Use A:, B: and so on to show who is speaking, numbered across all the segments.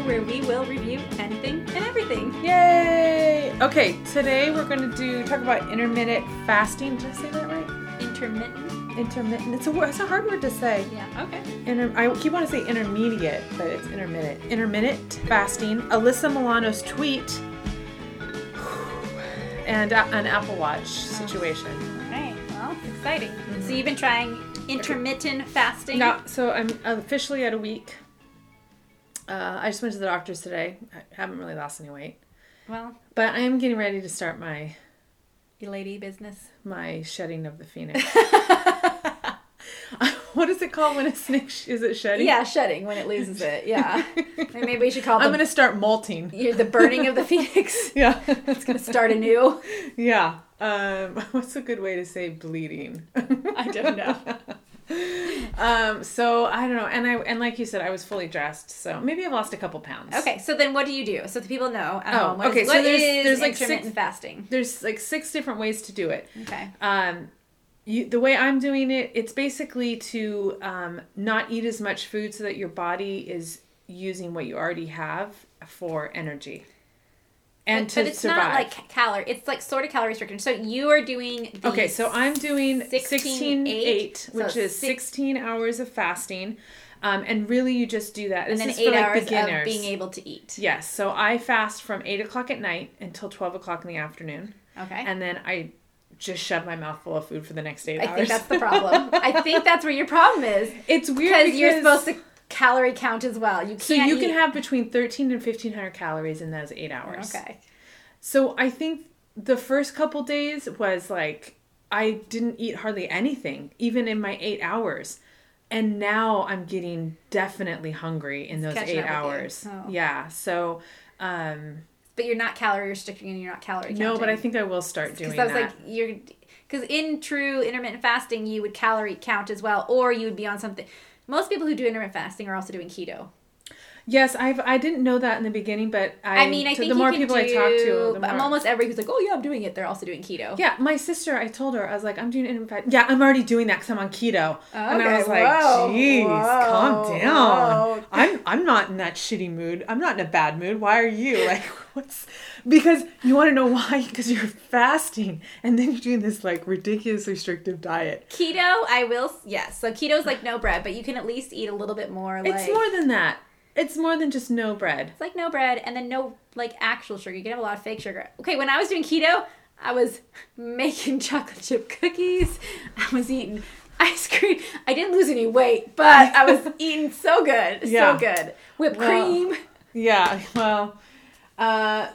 A: we'll review anything and everything.
B: Yay! Okay, today we're going to do talk about intermittent fasting. Did I say that right?
A: Intermittent.
B: Intermittent. It's a wo- it's a hard word to say.
A: Yeah. Okay.
B: Inter- I keep wanting to say intermediate, but it's intermittent. Intermittent fasting. Alyssa Milano's tweet. And a- an Apple Watch situation.
A: Okay. Well, it's exciting. So you've been trying intermittent fasting.
B: No, so I'm officially at a week. Uh, I just went to the doctor's today. I haven't really lost any weight,
A: Well,
B: but I am getting ready to start my
A: you lady business.
B: my shedding of the phoenix. what is it called when a snake sh- is it shedding?
A: Yeah, shedding when it loses it. Yeah. Maybe we should call
B: I'm
A: them
B: gonna start molting.
A: you're the burning of the phoenix.
B: Yeah,
A: Gonna start anew.
B: yeah. Um, what's a good way to say bleeding?
A: I don't know.
B: Um, so I don't know, and I and like you said, I was fully dressed, so maybe I've lost a couple pounds.
A: Okay, so then what do you do? So the people know at
B: Oh,
A: home. What is-
B: okay, so
A: what
B: there's-
A: is
B: there's, like,
A: intermittent
B: six-
A: fasting.
B: There's like six different ways to do it.
A: Okay.
B: Um, you, the way I'm doing it, it's basically to um, not eat as much food so that your body is using what you already have for energy and
A: but,
B: to
A: but it's
B: survive.
A: not like calorie. It's like sort of calorie restricted. So you are doing. The
B: Okay, so I'm doing
A: 16,
B: 16
A: eight,
B: 8,
A: so
B: which is
A: six-
B: 16 hours of fasting. Um, and really, you just do that. This
A: and then
B: is
A: eight
B: for like
A: hours
B: beginners.
A: of being able to eat.
B: yes, so I fast from 8 o'clock at night until 12 o'clock in the afternoon.
A: Okay.
B: And then I just shove my mouth full of food for the next eight
A: I
B: hours.
A: think that's the problem. I think that's where your problem is
B: it's weird
A: because
B: because
A: you're supposed to calorie count as well. You can't.
B: So you can
A: eat-
B: have between 13 and 1500 calories in those eight hours.
A: Okay.
B: So I think the first couple days was like I didn't eat hardly anything, even in my eight hours. And now I'm getting definitely hungry in those
A: catching
B: eight
A: up with you.
B: hours.
A: Oh.
B: Yeah. So um
A: But you're not calorie restricting and you're not calorie counting.
B: no, but I think I will start doing
A: because I was
B: that.
A: like you're because in true intermittent fasting you would calorie count as well, or you would be on something. Most people who do intermittent fasting are also doing keto.
B: yes, I've I didn't know that in the beginning, but I,
A: I mean, I
B: to-
A: think
B: the
A: you
B: more
A: can
B: people
A: do,
B: I talk to, the more
A: almost every who's like, oh yeah, I'm doing it. They're also doing keto.
B: Yeah, my sister, I told her, I was like, I'm doing intermittent fast- Yeah, I'm already doing that because I'm on keto. and
A: Okay,
B: I was like,
A: whoa,
B: jeez,
A: whoa,
B: calm down.
A: whoa."
B: I'm I'm not in that shitty mood. I'm not in a bad mood. Why are you? Like, what's because you want to know why? Because you're fasting and then you're doing this like ridiculous restrictive diet.
A: Keto, I will. Yes, so keto's like no bread, but you can at least eat a little bit more. Like,
B: it's more than that. It's more than just no bread.
A: It's like no bread and then no like actual sugar. You can have a lot of fake sugar. Okay, when I was doing keto, I was making chocolate chip cookies. I was eating ice cream. I didn't lose any weight, but I was eating so good.
B: Yeah.
A: So good. Whipped
B: Well,
A: cream.
B: Yeah, well, uh,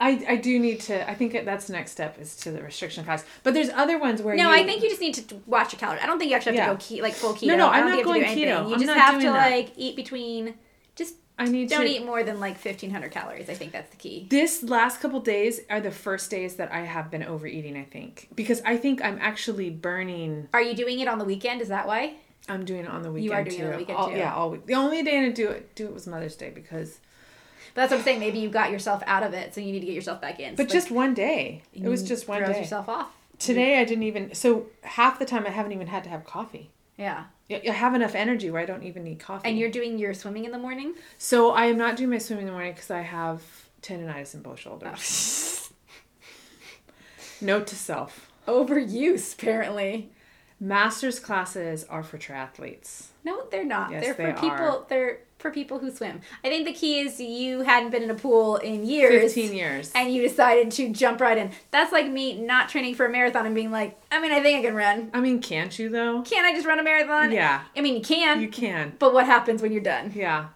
B: I I do need to. I think that's the next step is to the restriction class. But there's other ones where
A: No,
B: you,
A: I think you just need to watch your calories. I don't think you actually have to go ke- like full keto.
B: No, no,
A: I don't
B: I'm not
A: think you have
B: going
A: to do
B: keto.
A: anything. You
B: I'm
A: just
B: not
A: have
B: doing
A: to
B: that.
A: like eat between just
B: I need
A: don't
B: to
A: eat more than like 1500 calories. I think that's the key.
B: this last couple days are the first days that I have been overeating, I think. Because I think I'm actually burning
A: Are you doing it on the weekend? Is that why?
B: I'm doing it on the weekend.
A: You are doing
B: too.
A: it on the weekend,
B: All-
A: too.
B: Yeah, all week. The only day I didn't do it do it was Mother's Day because
A: But that's what I'm saying. Maybe you got yourself out of it, so you need to get yourself back in.
B: but
A: Like,
B: just one day. It was
A: Mm,
B: just one
A: throws
B: day.
A: yourself off.
B: Today I didn't even so half the time I haven't even had to have coffee.
A: Yeah.
B: I I have enough energy where I don't even need coffee.
A: And you're doing your swimming in the morning?
B: so I am not doing my swimming in the morning because I have tendonitis in both shoulders. Note to self:
A: Overuse, apparently.
B: masters classes are for triathletes.
A: No, they're not.
B: Yes,
A: they're for
B: they
A: people
B: are.
A: they're for people who swim. I think the key is you hadn't been in a pool in years.
B: Fifteen years.
A: And you decided to jump right in. That's like me not training for a marathon and being like, I mean, I think I can run.
B: I mean, can't you though?
A: Can't I just run a marathon?
B: Yeah,
A: I mean, you can,
B: you can.
A: but what happens when you're done?
B: Yeah.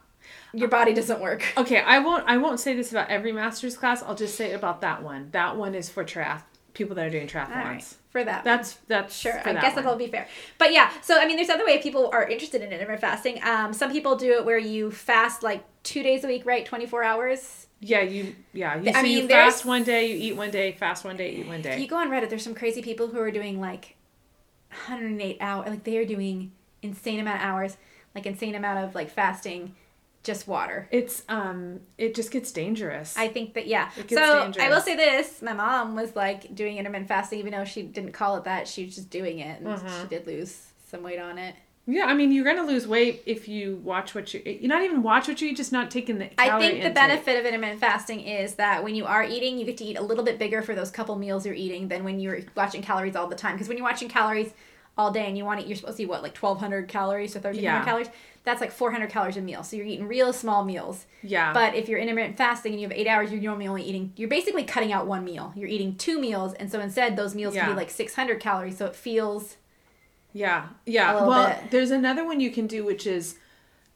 A: Your body doesn't work.
B: Okay, I won't. I won't say this about every master's class. I'll just say it about that one. That one is for triath people that are doing triathlons.
A: All right. For that.
B: That's that's
A: Sure,
B: For
A: I
B: that
A: guess
B: one.
A: that'll be fair. But yeah, so I mean, there's other way if people are interested in intermittent fasting. Um, some people do it where you fast like two days a week, right? 24 hours.
B: Yeah, you. Yeah, you,
A: I
B: so
A: mean,
B: you
A: there's-
B: fast one day, you eat one day, fast one day, eat one
A: If
B: day.
A: you go on Reddit, there's some crazy people who are doing like 108 hour, like they are doing insane amount of hours, like insane amount of like fasting, just water.
B: It's um, it just gets dangerous.
A: I think that yeah.
B: It
A: So
B: gets
A: I will
B: dangerous.
A: say this: my mom was like
B: Mm-hmm.
A: doing intermittent fasting, even though she didn't call it that. She was just doing it, and she did lose some weight on it.
B: Yeah, I mean, you're gonna lose weight if you watch what you. You're not even watch what you eat, just not taking the.
A: I
B: calorie
A: think the
B: intake.
A: benefit of intermittent fasting is that when you are eating, you get to eat a little bit bigger for those couple meals you're eating than when you're watching calories all the time. Because when you're watching calories all day and you want to, eat, you're supposed to eat what like 1,200 calories to 1,300
B: Yeah.
A: calories. That's like 400 calories a meal. So you're eating real small meals.
B: Yeah.
A: But if you're intermittent fasting and you have eight hours, you're normally only eating. You're basically cutting out one meal. You're eating two meals, and so instead those meals can
B: Yeah.
A: be like 600 calories. So it feels
B: Yeah,
A: A
B: yeah.
A: little
B: Well,
A: bit.
B: there's another one you can do, which is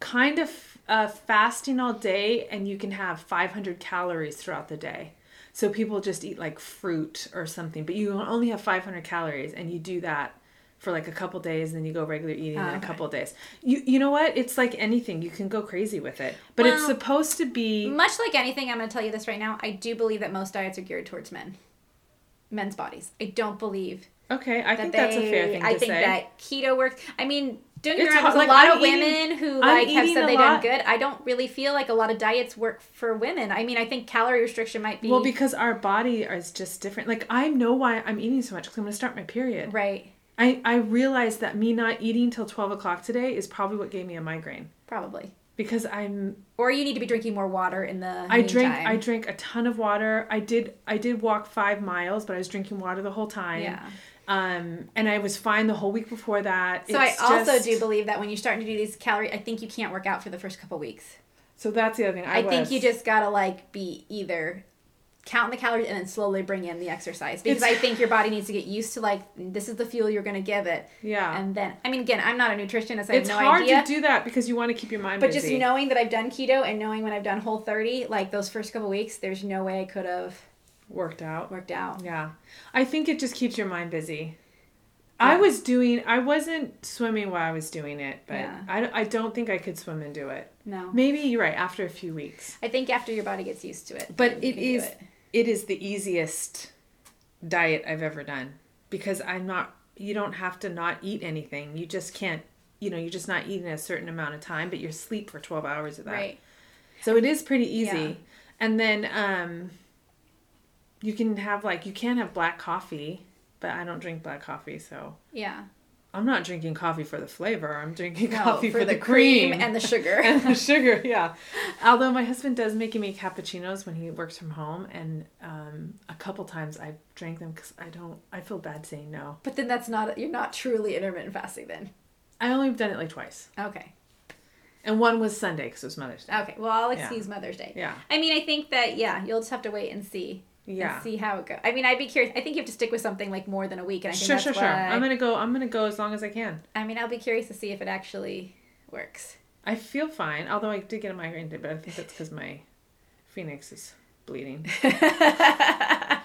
B: kind of uh, fasting all day, and you can have 500 calories throughout the day. So people just eat like fruit or something, but you only have 500 calories, and you do that for like a couple days, and then you go regular eating
A: Ah,
B: in a
A: okay.
B: couple days. You you know what? It's like anything. You can go crazy with it, but it's
A: Well-
B: supposed to be.
A: much like anything. I'm going to tell you this right now. I do believe that most diets are geared towards men, men's bodies. I don't believe
B: Okay, I
A: that
B: think
A: they.
B: that's a fair thing to
A: I think
B: say.
A: that keto works. I mean, don't get
B: It's
A: me wrong.
B: hard-
A: There's
B: like,
A: a lot
B: I'm
A: of
B: eating-
A: women who
B: I'm
A: like have
B: eating a
A: said they done
B: lot.
A: good. I don't really feel like a lot of diets work for women. I mean, I think calorie restriction might be
B: well, because our body is just different. Like I know why I'm eating so much because I'm going to start my period.
A: right.
B: I, I realized that me not eating till 12 o'clock today is probably what gave me a migraine
A: Probably.
B: because I'm
A: Or you need to be drinking more water in the.
B: I drank
A: meantime.
B: I drank a ton of water. I did I did walk 5 miles, but I was drinking water the whole time.
A: Yeah.
B: Um and I was fine the whole week before that.
A: So
B: It's
A: I also
B: just-
A: do believe that when you're starting to do these calorie, I think you can't work out for the first couple weeks.
B: So that's the other thing. I,
A: I, think
B: was-
A: you just gotta like be either counting the calories and then slowly bring in the exercise because
B: It's-
A: I think your body needs to get used to like this is the fuel you're gonna give it,
B: Yeah.
A: and then I mean again I'm not a nutritionist I have
B: it's
A: no
B: hard
A: idea,
B: to do that because you want to keep your mind
A: but
B: busy.
A: just knowing that I've done keto and knowing when I've done Whole 30, like those first couple weeks, there's no way I could have
B: worked out.
A: worked out.
B: Yeah. I think it just keeps your mind busy. I was doing I wasn't swimming while I was doing it, but
A: Yeah.
B: I, I don't think I could swim and do it.
A: No,
B: Maybe you're right. After a few weeks,
A: I think after your body gets used to it,
B: but
A: you
B: it
A: can do
B: is it is the easiest diet I've ever done because I'm not. You don't have to not eat anything. You just can't. You know, you're just not eating a certain amount of time, but you sleep for 12 hours of that.
A: right.
B: So it is pretty easy.
A: Yeah.
B: And then um, you can have like you can have black coffee, but I don't drink black coffee, so
A: Yeah.
B: I'm not drinking coffee for the flavor. I'm drinking
A: No,
B: coffee for, the, cream,
A: and the sugar.
B: and the sugar, yeah. Although my husband does make me cappuccinos when he works from home, and um, a couple times I drank them because I don't, I feel bad saying no.
A: but then that's not you're not truly intermittent fasting then.
B: I only have done it like twice,
A: Okay.
B: and one was Sunday because it was Mother's Day.
A: Okay. Well, I'll
B: Yeah.
A: excuse Mother's Day.
B: Yeah,
A: I mean, I think that yeah, you'll just have to wait and see. and
B: yeah.
A: see how it goes. I mean, I'd be curious. I think you have to stick with something like more than a week, and I think
B: Sure,
A: that's
B: sure, sure.
A: why.
B: I'm gonna go. I'm gonna go as long as I can.
A: I mean, I'll be curious to see if it actually works.
B: I feel fine, although I did get a migraine today, but I think that's because my phoenix is bleeding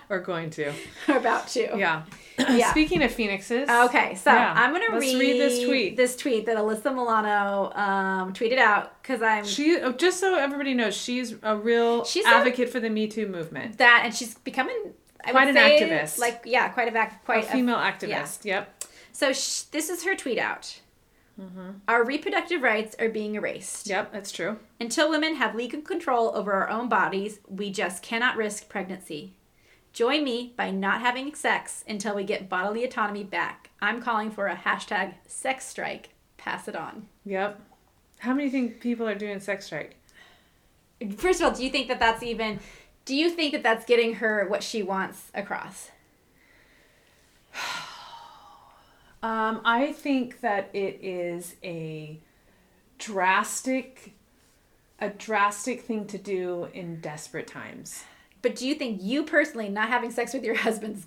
B: or going to.
A: Or about you.
B: Yeah.
A: Yeah.
B: Speaking of phoenixes,
A: Okay, so
B: Yeah.
A: I'm gonna
B: Let's
A: read,
B: read this tweet.
A: This tweet that Alyssa Milano um, tweeted out because I'm
B: She oh, just so everybody knows, she's a real
A: She's a-
B: advocate for the Me Too movement.
A: that, and she's becoming I
B: Quite
A: would
B: an
A: say,
B: activist.
A: Like yeah, quite a vac-
B: A
A: quite a
B: female activist. Yep.
A: So sh- this is her tweet out.
B: Mm-hmm.
A: Our reproductive rights are being erased.
B: Yep, that's true.
A: Until women have legal control over our own bodies, we just cannot risk pregnancy. Join me by not having sex until we get bodily autonomy back. I'm calling for a hashtag sex strike. Pass it on.
B: Yep. How many think people are doing sex strike?
A: First of all, do you think that that's even? Do you think that that's getting her what she wants across?
B: Um, I think that it is a drastic, a drastic thing to do in desperate times.
A: But do you think you personally not having sex with your husband's?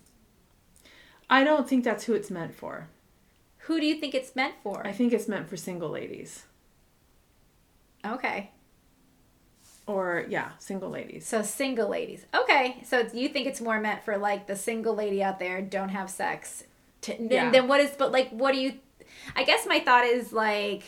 B: I don't think that's who it's meant for.
A: Who do you think it's meant for?
B: I think it's meant for single ladies.
A: Okay.
B: Or, yeah, single ladies.
A: So single ladies. Okay. So it's- you think it's more meant for like the single lady out there don't have sex. To, then,
B: Yeah.
A: then what is but like what do you I guess my thought is like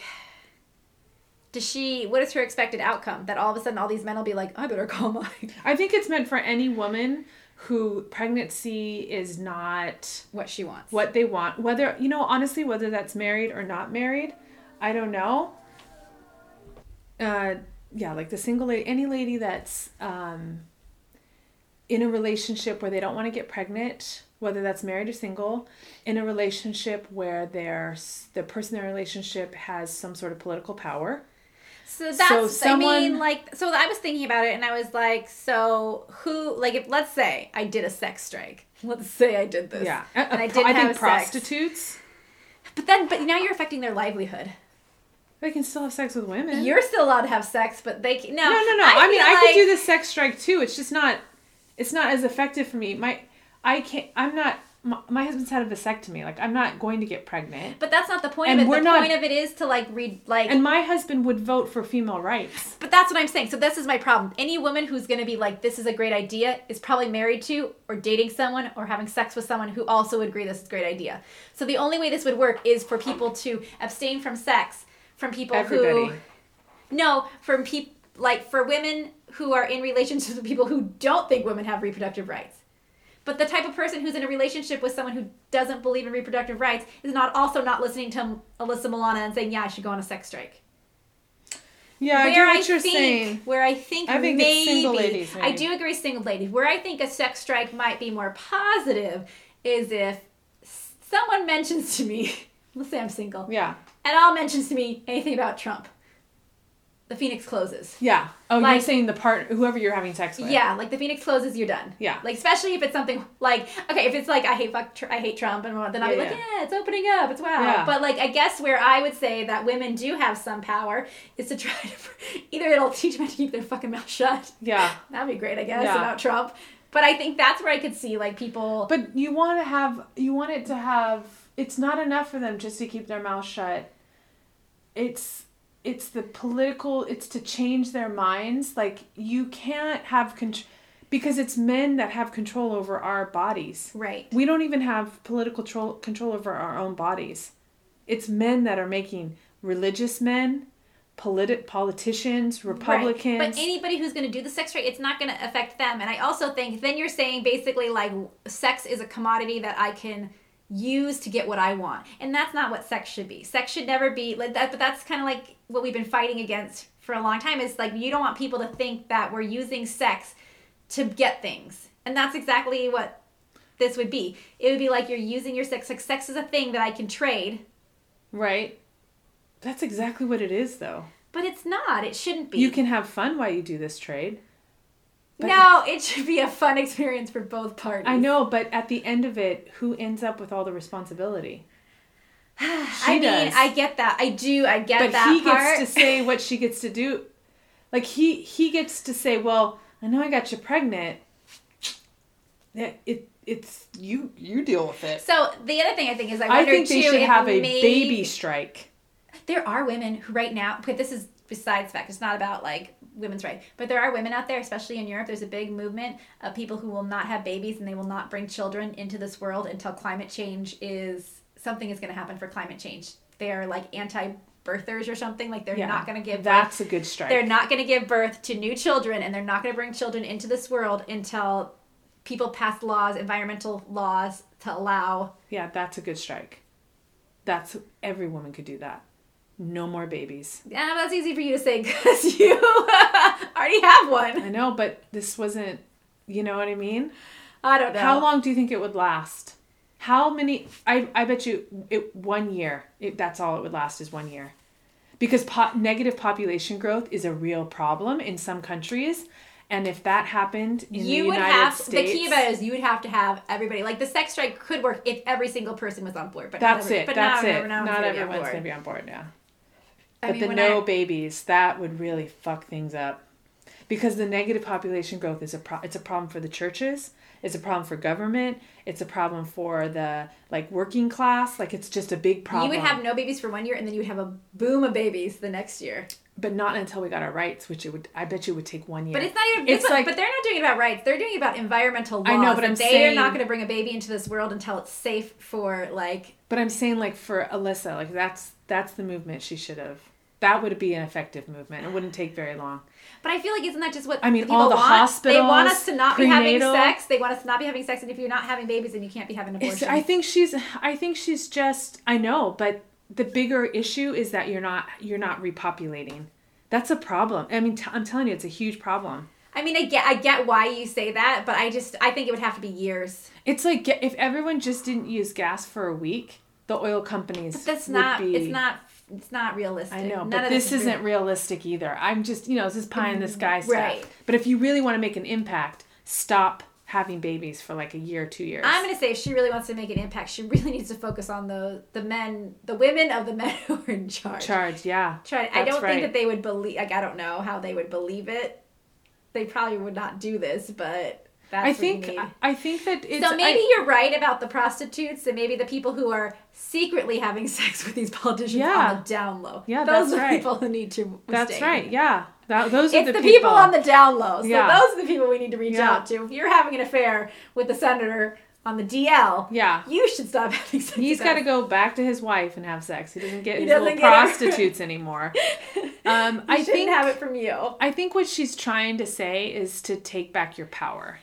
A: does she what is her expected outcome that all of a sudden all these men will be like I better call my
B: I think it's meant for any woman who pregnancy is not
A: what she wants.
B: what they want. Whether, you know, honestly, whether that's married or not married, I don't know. Uh, yeah, like the single lady, any lady that's um, in a relationship where they don't want to get pregnant whether that's married or single, in a relationship where they're, the person in their relationship has some sort of political power.
A: So that's I mean
B: someone-
A: like so I was thinking about it and I was like so who like if let's say I did a sex strike. Let's say I did this.
B: Yeah,
A: And
B: I
A: I didn't
B: think
A: have sex.
B: prostitutes.
A: But then but now you're affecting their livelihood.
B: They can still have sex with women.
A: You're still allowed to have sex, but they can, no.
B: no, no, no. I, mean,
A: feel
B: I could do
A: like-
B: the sex strike too. It's just not. It's not as effective for me. My, I can't. I'm not. My, my husband's had a vasectomy. Like, I'm not going to get pregnant.
A: But that's not the point
B: And
A: of it.
B: we're
A: The
B: not-
A: point of it is to like read like
B: And my husband would vote for female rights.
A: But that's what I'm saying. So this is my problem. Any woman who's going to be like, "This is a great idea," is probably married to or dating someone or having sex with someone who also would agree this is a great idea. So the only way this would work is for people to abstain from sex from people
B: Everybody.
A: who no from people like for women who are in relationships with people who don't think women have reproductive rights. But the type of person who's in a relationship with someone who doesn't believe in reproductive rights is not also not listening to Alyssa Milana and saying, "Yeah, I should go on a sex strike."
B: Yeah, I
A: where
B: get
A: I,
B: what you're
A: think,
B: saying.
A: Where I think,
B: I think
A: maybe,
B: it's single ladies,
A: I
B: maybe.
A: do agree with single ladies. Where I think a sex strike might be more positive is if s- someone mentions to me, let's say I'm single,
B: Yeah,
A: and all mentions to me anything about Trump. The Phoenix closes.
B: yeah. Oh, you're
A: Like-
B: saying the part whoever you're having sex with.
A: Yeah, like the Phoenix closes, you're done.
B: Yeah.
A: Like especially if it's something like okay, if it's like I hate fuck, tr- I hate Trump, and all, then I'll be
B: Yeah,
A: like,
B: yeah.
A: yeah, it's opening up, it's wow.
B: Yeah.
A: But like I guess where I would say that women do have some power is to try to either it'll teach men to keep their fucking mouth shut.
B: Yeah.
A: That'd be great, I guess,
B: Yeah.
A: about Trump. But I think that's where I could see like people.
B: But you want to have, you want it to have. It's not enough for them just to keep their mouth shut. It's it's the political. It's to change their minds. Like you can't have control because it's men that have control over our bodies.
A: right.
B: We don't even have political control control over our own bodies. It's men that are making religious men, politi- politicians,
A: Right.
B: Republicans.
A: But anybody who's going to do the sex trade, it's not going to affect them. And I also think then you're saying basically like sex is a commodity that I can use to get what I want. And that's not what sex should be. Sex should never be like that, but that's kind of like what we've been fighting against for a long time is like you don't want people to think that we're using sex to get things. And that's exactly what this would be. It would be like you're using your sex like sex is a thing that I can trade,
B: right. That's exactly what it is, though.
A: but it's not. It shouldn't be.
B: You can have fun while you do this trade. But-
A: no, it should be a fun experience for both parties.
B: I know, but at the end of it, who ends up with all the responsibility? She
A: I mean,
B: does.
A: I get that. I do. I get
B: but
A: that
B: he
A: part.
B: gets to say what she gets to do. Like he he gets to say, "Well, I know I got you pregnant. It, it it's you you deal with it."
A: so the other thing I think is I
B: I
A: wonder
B: think they
A: too
B: should
A: if
B: have a
A: maybe-
B: baby strike.
A: There are women who right now. But this is besides fact. It's not about like women's rights, but there are women out there, especially in Europe. There's a big movement of people who will not have babies and they will not bring children into this world until climate change is something is going to happen for climate change. They're like anti birthers or something. Like they're
B: Yeah.
A: not going to give birth
B: That's a good strike.
A: They're not going to give birth to new children and they're not going to bring children into this world until people pass laws, environmental laws to allow.
B: yeah, that's a good strike. That's every woman could do that. No more babies.
A: Yeah, that's easy for you to say because you already have one.
B: I know, but this wasn't. You know what I mean?
A: I don't know.
B: How long do you think it would last? How many? I, I bet you it one year. It, that's all it would last is one year, because po- negative population growth is a real problem in some countries, and if that happened in
A: You
B: the
A: would
B: United
A: have
B: States,
A: the key about it is you would have to have everybody like the sex strike could work if every single person was on board, but not
B: that's
A: every-
B: it.
A: But
B: that's
A: not,
B: it.
A: Not,
B: Not everyone's
A: everyone's
B: gonna
A: on board.
B: be on board now.
A: I
B: But
A: mean,
B: the
A: when
B: no
A: I-
B: babies that would really fuck things up, because the negative population growth is a pro- it's a problem for the churches. It's a problem for government. It's a problem for the like working class. Like it's just a big problem.
A: you would have no babies for one year, and then you would have a boom of babies the next year.
B: but not until we got our rights, which it would. I bet you would take one year.
A: But it's not even.
B: It's
A: It's
B: like-
A: but they're not doing it about rights. They're doing it about environmental laws.
B: I know, but
A: and
B: I'm
A: they are
B: saying-
A: not going to bring a baby into this world until it's safe for like.
B: But I'm saying like for Alyssa, like that's that's the movement she should have. That would be an effective movement. It wouldn't take very long.
A: But I feel like isn't that just what
B: I mean,
A: people
B: all the
A: want? They want us to
B: hospitals,
A: not be
B: prenatal-
A: having sex. They want us to not be having sex, and if you're not having babies, then you can't be having abortions.
B: It's, I think she's. I think she's just. I know, but the bigger issue is that you're not you're not repopulating. That's a problem. I mean, t- I'm telling you, it's a huge problem.
A: I mean, I get I get why you say that, but I just I think it would have to be years.
B: It's like ga- if everyone just didn't use gas for a week, the oil companies.
A: But that's
B: would
A: not.
B: be-
A: It's not. It's not realistic.
B: I know,
A: None
B: but
A: of is
B: this
A: real- Mm-hmm.
B: isn't realistic either. I'm just, you know, this is pie in the sky stuff.
A: Right.
B: But if you really want to make an impact, stop having babies for like a year, two years.
A: I'm gonna say if she really wants to make an impact, she really needs to focus on the the men, the women of the men who are in charge.
B: charged. Yeah.
A: Try. I
B: That's
A: don't
B: right.
A: think that they would believe. Like I don't know how they would believe it. They probably would not do this, but that's
B: I
A: what you
B: think.
A: need.
B: I, I think that it's.
A: so maybe
B: I-
A: you're right about the prostitutes and maybe the people who are secretly having sex with these politicians
B: Yeah.
A: on the down low.
B: Yeah,
A: those
B: that's
A: are the
B: right.
A: people who need to.
B: that's
A: stay.
B: right. Yeah. That, those
A: It's
B: are
A: the,
B: the,
A: people on the down low. So
B: Yeah.
A: those are the people we need to reach
B: Yeah.
A: out to. If you're having an affair with the senator on the DL,
B: Yeah.
A: you should stop having sex.
B: He's
A: with
B: got
A: us.
B: to go back to his wife and have sex. He doesn't get
A: He
B: his
A: doesn't
B: little
A: get her.
B: prostitutes anymore. Um,
A: You
B: I
A: shouldn't
B: think
A: have it from you.
B: I think what she's trying to say is to take back your power,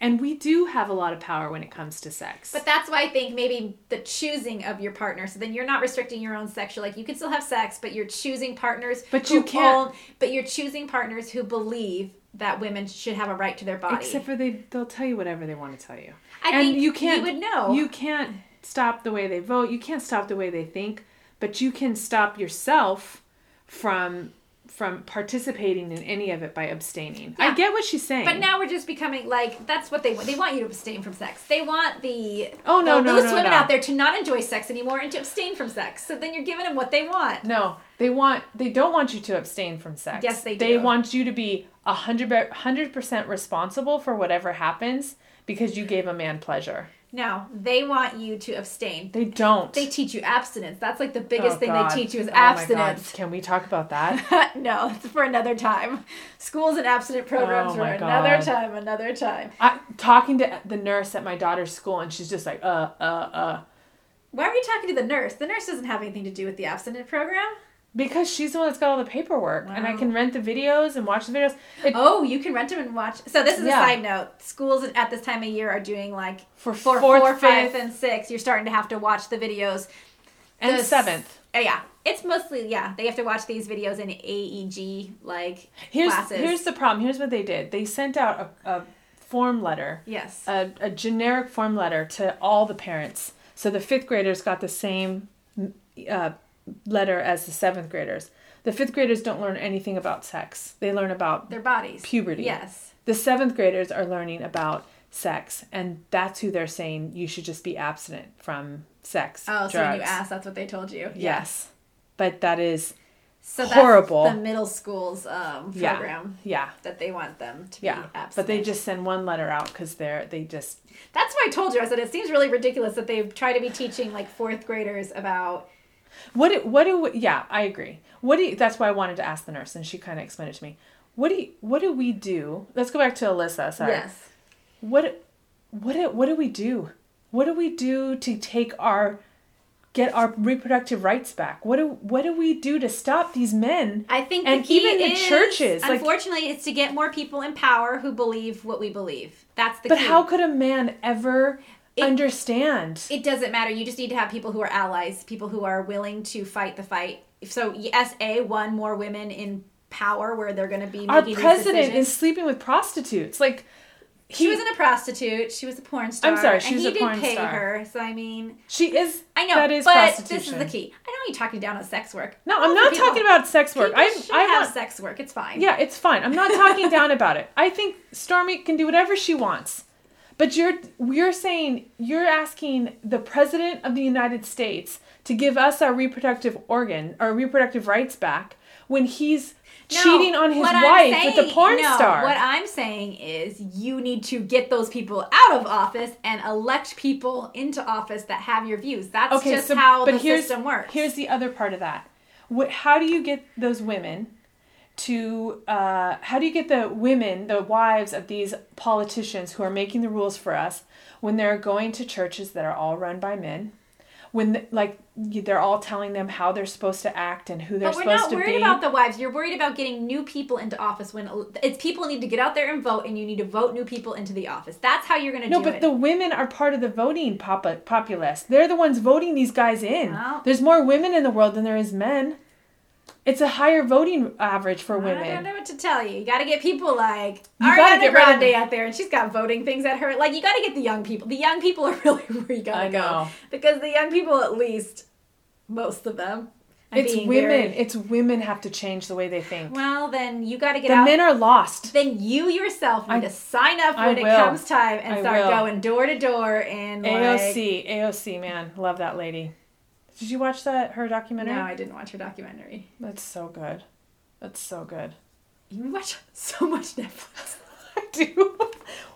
B: and we do have a lot of power when it comes to sex.
A: But that's why I think maybe the choosing of your partner. So then you're not restricting your own sexual. Like you can still have sex, but you're choosing partners.
B: But
A: who
B: you can't-
A: own- but you're choosing partners who believe that women should have a right to their body.
B: Except for they, they'll tell you whatever they want to tell you.
A: I
B: and
A: think
B: you can't.
A: you would know.
B: You can't stop the way they vote. You can't stop the way they think. But you can stop yourself from from participating in any of it by abstaining. I
A: Yeah.
B: get what she's saying.
A: But now we're just becoming like that's what they want. They want you to abstain from sex. They want the
B: Oh, no,
A: the
B: no,
A: loose
B: no,
A: women
B: no.
A: out there to not enjoy sex anymore and to abstain from sex. So then you're giving them what they want.
B: No, they want they don't want you to abstain from sex.
A: Yes, they
B: They
A: do.
B: want you to be a hundred percent responsible for whatever happens because you gave a man pleasure.
A: No, they want you to abstain.
B: They don't.
A: They teach you abstinence. That's like the biggest
B: Oh,
A: thing
B: God.
A: they teach you is
B: Oh, my God.
A: abstinence.
B: Can we talk about that?
A: no, it's for another time. Schools and abstinent programs
B: Oh,
A: for
B: my
A: another
B: God.
A: time, another time.
B: I, talking to the nurse at my daughter's school, and she's just like, uh, uh, uh,
A: Why are you talking to the nurse? The nurse doesn't have anything to do with the abstinent program.
B: because she's the one that's got all the paperwork, and I
A: Wow.
B: can rent the videos and watch the videos. It,
A: Oh, you can rent them and watch. So this is
B: Yeah.
A: a side note. Schools at this time of year are doing like
B: For
A: four,
B: fourth,
A: four, fifth,
B: fifth.
A: and sixth. You're starting to have to watch the videos.
B: and
A: the
B: seventh.
A: Oh, yeah, it's mostly yeah. They have to watch these videos in AEG like
B: Here's
A: classes.
B: here's the problem. Here's what they did. They sent out a, a form letter.
A: yes.
B: a, a generic form letter to all the parents. So the fifth graders got the same uh, letter as the seventh graders. The fifth graders don't learn anything about sex, they learn about
A: Their bodies.
B: puberty.
A: Yes.
B: The seventh graders are learning about sex, and that's who they're saying you should just be abstinent from sex.
A: Oh,
B: drugs.
A: so when you asked, that's what they told you.
B: Yes. But that is,
A: So that's
B: Horrible.
A: the middle school's um,
B: Yeah.
A: program
B: yeah.
A: that they want them to
B: Yeah,
A: be abstinent.
B: but they just send one letter out because they're they just
A: That's why I told you. I said it seems really ridiculous that they try to be teaching like fourth graders about
B: What do, what do yeah, I agree. What do you, that's why I wanted to ask the nurse and she kind of explained it to me. What do you, what do we do? Let's go back to Alyssa, sorry.
A: yes.
B: What what do- what do we do? What do we do to take our get our reproductive rights back? What do what do we do to stop these men?
A: I think
B: and
A: the key
B: even the
A: is,
B: churches, like-
A: Unfortunately, it's to get more people in power who believe what we believe. That's the
B: But
A: key.
B: how could a man ever understand?
A: it doesn't matter. You just need to have people who are allies, people who are willing to fight the fight. So yes, a one more women in power where they're going to be.
B: our
A: making these
B: president
A: decisions.
B: is sleeping with prostitutes. Like
A: She wasn't a prostitute. She was a porn star.
B: I'm sorry,
A: and
B: she was
A: he
B: a
A: did
B: porn
A: pay
B: star.
A: her. So I mean,
B: she is
A: I know,
B: that is
A: but
B: prostitution.
A: this is the key. I know you're talking down on sex work.
B: No, I'm not talking about sex work. I
A: should
B: I
A: have
B: want
A: sex work. It's fine.
B: Yeah, it's fine. I'm not talking down about it. I think Stormy can do whatever she wants. But you're you're saying you're asking the president of the United States to give us our reproductive organ, our reproductive rights back when he's
A: No,
B: cheating on his
A: what I'm
B: wife with
A: saying-
B: a porn
A: no,
B: star.
A: What I'm saying is, you need to get those people out of office and elect people into office that have your views. That's just how the system works.
B: Here's the other part of that. What, how do you get those women to, uh, how do you get the women, the wives of these politicians who are making the rules for us when they're going to churches that are all run by men? When, the, like, you- they're all telling them how they're supposed to act and who they're
A: but we're
B: supposed
A: not
B: to
A: worried
B: be.
A: about the wives. You're worried about getting new people into office when it's people need to get out there and vote, and you need to vote new people into the office. That's how you're going to
B: no,
A: do
B: but
A: it.
B: the women are part of the voting pop- populace. They're the ones voting these guys in.
A: Well-
B: There's more women in the world than there is men. It's a higher voting average for
A: I don't
B: women.
A: know what to tell you. You got to get people like
B: You gotta
A: Ariana
B: get rid of-
A: Grande out there, and she's got voting things at her. Like you got to get the young people. The young people are really where you gotta
B: I know.
A: go because the young people, at least most of them, are
B: It's
A: being
B: women.
A: very-
B: It's women have to change the way they think.
A: well, then you got to get
B: the
A: out.
B: men are lost.
A: then you yourself need
B: I-
A: to sign up
B: I
A: when it
B: will.
A: comes time and
B: I
A: start
B: will.
A: going door to door and like,
B: AOC, AOC, man, love that lady. Did you watch that her documentary?
A: No, I didn't watch her documentary.
B: That's so good. That's so good.
A: You watch so much Netflix.
B: I do.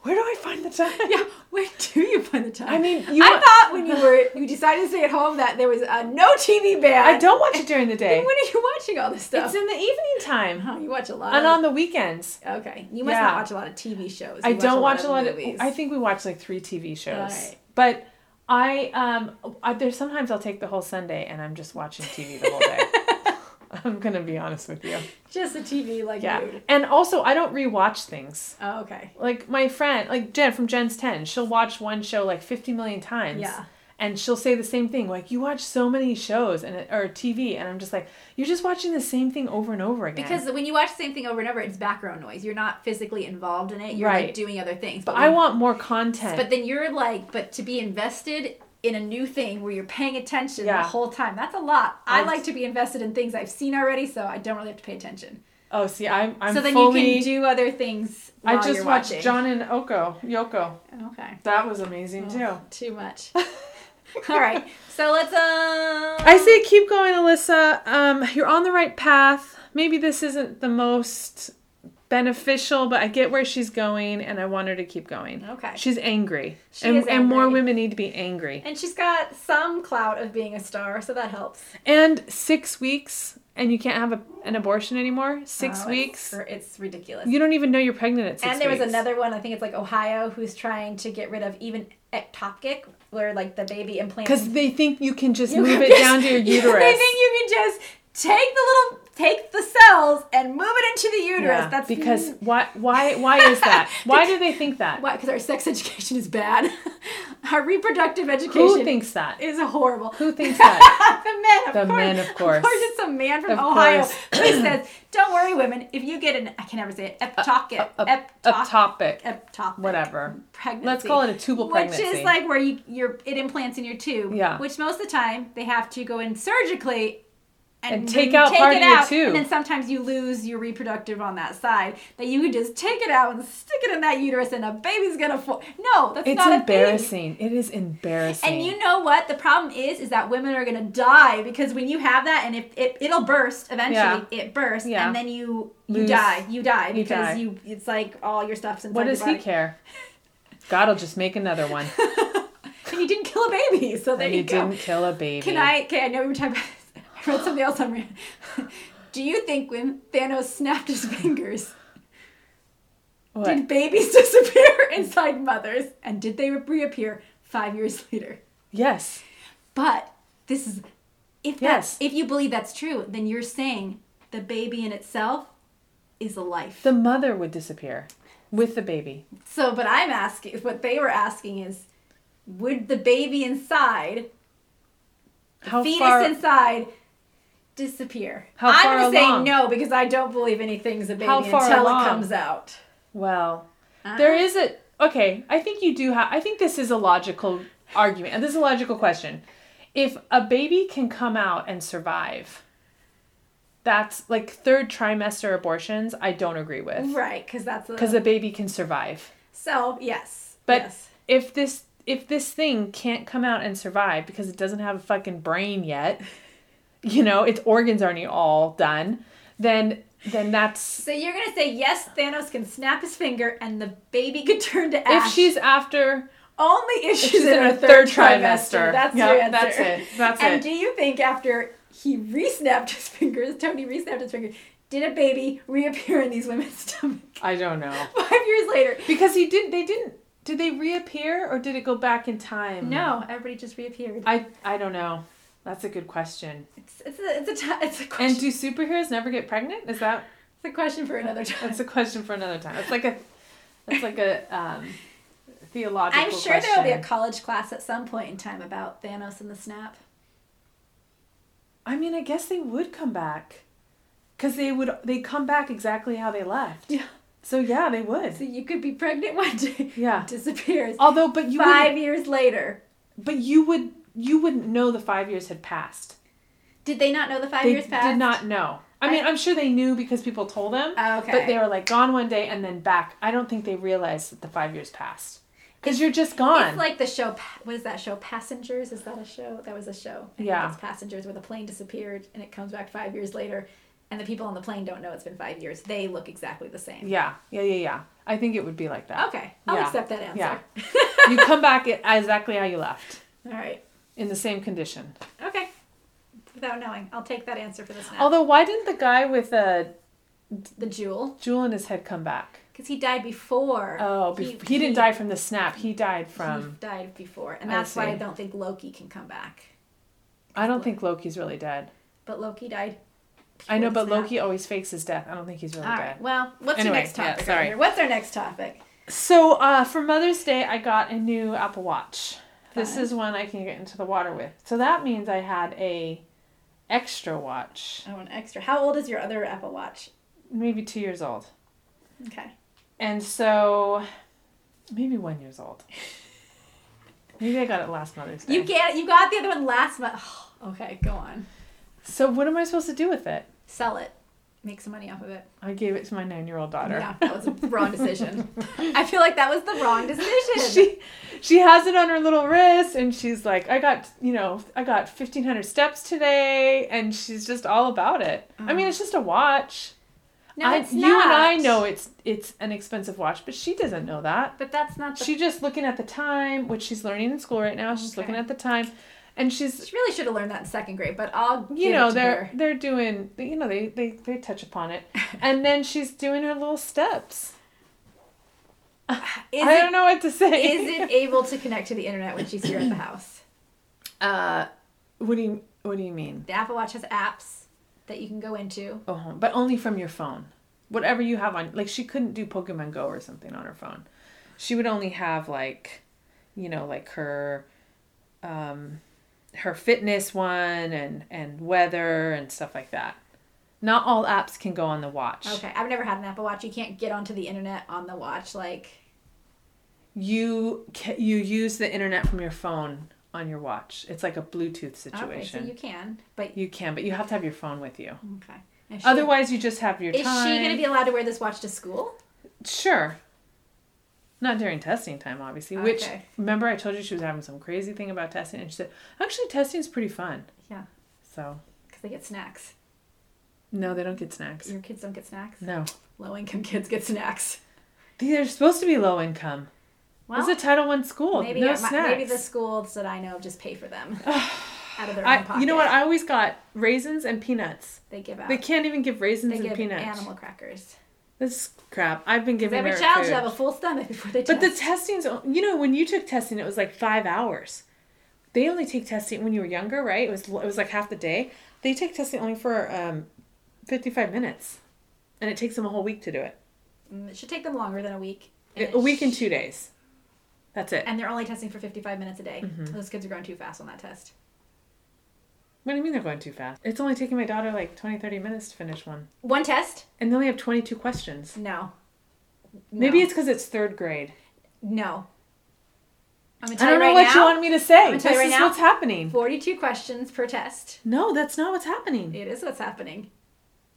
B: Where do I find the time?
A: yeah, where do you find the time?
B: I mean, you.
A: I
B: want-
A: thought when you were you decided to stay at home that there was a no TV ban.
B: I don't watch it during the day.
A: Then when are you watching all this stuff?
B: It's in the evening time
A: oh, you watch a lot.
B: and
A: of,
B: on the weekends.
A: okay, you must
B: Yeah.
A: not watch a lot of TV shows.
B: I
A: You
B: don't watch a lot of.
A: movies.
B: I think we watch like three TV shows,
A: Alright.
B: but I um I, there's sometimes I'll take the whole Sunday and I'm just watching TV the whole day. I'm gonna be honest with you.
A: just a TV like
B: Yeah,
A: mood.
B: and also I don't rewatch things.
A: Oh, okay.
B: Like my friend, like Jen from Jen's Ten, she'll watch one show like 50 million times.
A: Yeah.
B: And she'll say the same thing, like you watch so many shows and it- or TV, and I'm just like, you're just watching the same thing over and over again.
A: Because when you watch the same thing over and over, it's background noise. You're not physically involved in it. You're
B: Right.
A: like doing other things.
B: but
A: when
B: I want more content.
A: But then you're like, but to be invested in a new thing where you're paying attention
B: Yeah.
A: the whole time, that's a lot. I
B: I'd-
A: like to be invested in things I've seen already, so I don't really have to pay attention.
B: oh, see, I'm I'm
A: so then
B: fully.
A: you can do other things.
B: I
A: While
B: just
A: you're
B: watched
A: watching. Oh,
B: John and Oko Yoko.
A: Okay.
B: That was amazing
A: Oh, too much. All right. So let's um.
B: I say keep going, Alyssa. Um, you're on the right path. Maybe this isn't the most beneficial, but I get where she's going, and I want her to keep going.
A: Okay.
B: She's angry,
A: She
B: and
A: is
B: and more
A: angry.
B: women need to be angry.
A: And she's got some clout of being a star, so that helps.
B: And six weeks, and you can't have a, an abortion anymore. Six
A: Six
B: weeks.
A: Oh, It's, ridiculous.
B: You don't even know you're pregnant at six
A: and there was
B: weeks.
A: another one, I think it's like Ohio, who's trying to get rid of even ectopic, where like the baby implants
B: because they think you can just
A: You
B: move
A: can
B: it
A: just-
B: down to your uterus.
A: They think you can just take the little, take the cells and move it into the uterus.
B: Yeah,
A: That's
B: because why why why is that? Why do they think that?
A: why? Because our sex education is bad. our reproductive education
B: Who thinks that?
A: is horrible.
B: Who thinks that?
A: the men, of
B: The
A: course.
B: men, of course.
A: it's a man from
B: Of
A: Ohio
B: course.
A: who says, "Don't worry, women. If you get an, I can never say it, ectopic,
B: A, a
A: ectopic,
B: topic,
A: ectopic,
B: whatever.
A: pregnancy.
B: Let's call it a tubal pregnancy.
A: Which is like where you your it implants in your tube.
B: Yeah.
A: Which most of the time they have to go in surgically then
B: And take out part of your tube.
A: And then sometimes you lose your reproductive on that side. That you could just take it out and stick it in that uterus and a baby's gonna fall. No, that's
B: it's
A: not a thing.
B: embarrassing. It is embarrassing.
A: And you know what? The problem is, is that women are gonna die because when you have that, and if it, it'll burst eventually, it bursts,
B: Yeah.
A: and then you you
B: Lose.
A: die, you die
B: You
A: because
B: die.
A: you, it's like all your stuff's inside
B: what does
A: your
B: he
A: body.
B: care? God'll just make another one.
A: And you didn't kill a baby, so there
B: and
A: you,
B: you
A: go.
B: didn't kill a baby.
A: Can I? Okay, I know we were talking about this. I read something else on Rand. Do you think when Thanos snapped his fingers,
B: What?
A: did babies disappear inside mothers, and did they reappear five years later?
B: yes.
A: But this is, if
B: Yes.
A: that's if you believe that's true, then you're saying the baby in itself is a life.
B: The mother would disappear with the baby.
A: so, but I'm asking, what they were asking is, would the baby inside
B: How
A: fetus
B: far?
A: inside disappear.
B: How
A: I'm
B: far
A: gonna
B: along?
A: say no because I don't believe anything's a baby
B: How far
A: until
B: along?
A: it comes out.
B: well,
A: Uh-huh.
B: there is a okay. I think you do have. I think this is a logical argument. and This is a logical question. If a baby can come out and survive, that's like third trimester abortions. I don't agree with
A: Right, because that's
B: because
A: a,
B: a baby can survive.
A: so yes.
B: But
A: yes.
B: if this if this thing can't come out and survive because it doesn't have a fucking brain yet, you know its organs aren't e-, all done, then then that's
A: so you're gonna say yes, Thanos can snap his finger and the baby could turn to ash.
B: if she's after
A: only if she's,
B: she's
A: in, her third, trimester. That's
B: Yeah,
A: your answer.
B: that's it. That's
A: and
B: it.
A: do you think after he re-snapped his fingers, Tony re-snapped his fingers, did a baby reappear in these women's stomach
B: I don't know.
A: five years later?
B: Because he did they didn't did they reappear or did it go back in time?
A: No, everybody just reappeared.
B: I I don't know. That's a good question.
A: It's, it's a it's a ti- it's a question.
B: And do superheroes never get pregnant? Is that
A: It's a question for another time.
B: that's a question for another time. It's like a that's like a um theological
A: I'm sure there will be a college class at some point in time about Thanos and the snap.
B: I mean, I guess they would come back. Because they would they come back exactly how they left.
A: Yeah.
B: So yeah, they would.
A: So you could be pregnant one day.
B: Yeah.
A: Disappears.
B: Although, but you would,
A: Five years later.
B: but you would you wouldn't know the five years had passed.
A: Did they not know the five
B: they
A: years passed? Oh,
B: did not know. I, mean, I'm sure they knew because people told them.
A: Okay.
B: But they were like gone one day and then back. I don't think they realized that the five years passed because you're just gone.
A: It's like the show. Pa- What is that show? Passengers? Is that a show? That was a show. I think
B: Yeah.
A: It's Passengers, where the plane disappeared and it comes back five years later, and the people on the plane don't know it's been five years. They look exactly the same.
B: yeah, yeah, yeah, yeah. I think it would be like that.
A: Okay, I'll
B: Yeah.
A: accept that answer.
B: Yeah. you come back i- exactly how you left
A: All right.
B: in the same condition.
A: Okay. Without knowing, I'll take that answer for this now.
B: Although, why didn't the guy with a
A: the jewel,
B: jewel in his head come back?
A: because he died before.
B: Oh, he, he didn't die from the snap. He died
A: he
B: from.
A: died before, and
B: I
A: that's why I
B: see.
A: don't think Loki can come back.
B: I don't think Loki's really dead.
A: But Loki died.
B: I know,
A: before
B: but
A: the snap.
B: Loki always fakes his death. I don't think he's really
A: All
B: dead.
A: right. Well, what's
B: Anyway,
A: your next
B: yeah,
A: topic? over
B: sorry.
A: here? What's our next topic?
B: So uh, for Mother's Day, I got a new Apple Watch. This
A: Fun.
B: is one I can get into the water with. So that means I had a extra watch,
A: I want Oh, extra. How old is your other Apple Watch?
B: maybe two years old,
A: Okay.
B: and so maybe one years old. maybe I got it last Mother's Day.
A: You get you got the other one last month. okay, go on.
B: so what am I supposed to do with it?
A: Sell it. Make some money off of it.
B: I gave it to my nine-year-old daughter.
A: Yeah, that was a wrong decision. I feel like that was the wrong decision.
B: she she has it on her little wrist and she's like i got you know i got 1500 steps today and she's just all about it i mean it's just a watch
A: Oh. no,
B: I-
A: it's
B: you
A: not.
B: and i know it's it's an expensive watch but she doesn't know that
A: But that's not the. She,
B: she just looking at the time which she's learning in school right now she's looking
A: Okay.
B: at the time and she's
A: really should have learned that in second grade. But I'll. Give
B: you know
A: it to
B: they're
A: her.
B: they're doing you know they, they they touch upon it and then she's doing her little steps
A: Is
B: i
A: it,
B: don't know what to say
A: is it able to connect to the internet when she's here at the house?
B: uh what do you what do you mean
A: The Apple Watch has apps that you can go into.
B: go home, but only from your phone. Whatever you have on, like she couldn't do Pokemon Go or something on her phone. She would only have like, you know, like her, um, her fitness one and and weather and stuff like that. Not all apps can go on the watch.
A: Okay, I've never had an Apple Watch. You can't get onto the internet on the watch. Like,
B: You ca you use the internet from your phone on your watch. It's like a Bluetooth
A: oh, okay, so
B: situation.
A: you can, but
B: you... can, but you have to have your phone with you.
A: okay. If she-
B: Otherwise, you just have your
A: Is
B: time.
A: she going to be allowed to wear this watch to school?
B: Sure. Not during testing time, obviously. Which
A: Okay.
B: remember, I told you she was having some crazy thing about testing, and she said, "Actually, testing's pretty fun."
A: Yeah,
B: So
A: because they get snacks.
B: no, they don't get snacks.
A: Your kids don't get snacks.
B: No,
A: Low income kids get snacks.
B: they're supposed to be low income.
A: Well,
B: it's a Title One school.
A: maybe
B: no
A: at my-
B: snacks.
A: maybe the schools that I know of just pay for them out of their own
B: I,
A: pocket.
B: you know what? I always got raisins and peanuts.
A: they give out.
B: They can't even give raisins
A: They
B: and
A: give
B: peanuts.
A: animal crackers.
B: This is crap. I've been
A: 'Cause
B: giving
A: Every
B: her
A: child
B: food.
A: should have a full stomach before they.
B: But the
A: test.
B: testing's, you know, when you took testing, it was like five hours. They only take testing when you were younger, right? It was it was like half the day. They take testing only for um, fifty five minutes, and it takes them a whole week to do it.
A: Mm, it should take them longer than a week.
B: a week
A: sh-
B: and two days. That's it.
A: And they're only testing for 55 minutes a day.
B: Mm-hmm.
A: Those kids are growing too fast on that test.
B: What do you mean they're going too fast? It's only taking my daughter like 20, 30 minutes to finish one,
A: One test?
B: and they only have twenty two questions.
A: No.
B: Maybe
A: No.
B: it's because it's third grade.
A: no. I'm gonna tell
B: I don't
A: you
B: know
A: right now,
B: what you want me to say.
A: gonna
B: This
A: tell you right
B: is
A: now.
B: what's happening.
A: 42 questions per test.
B: No, that's not what's happening.
A: It is what's happening.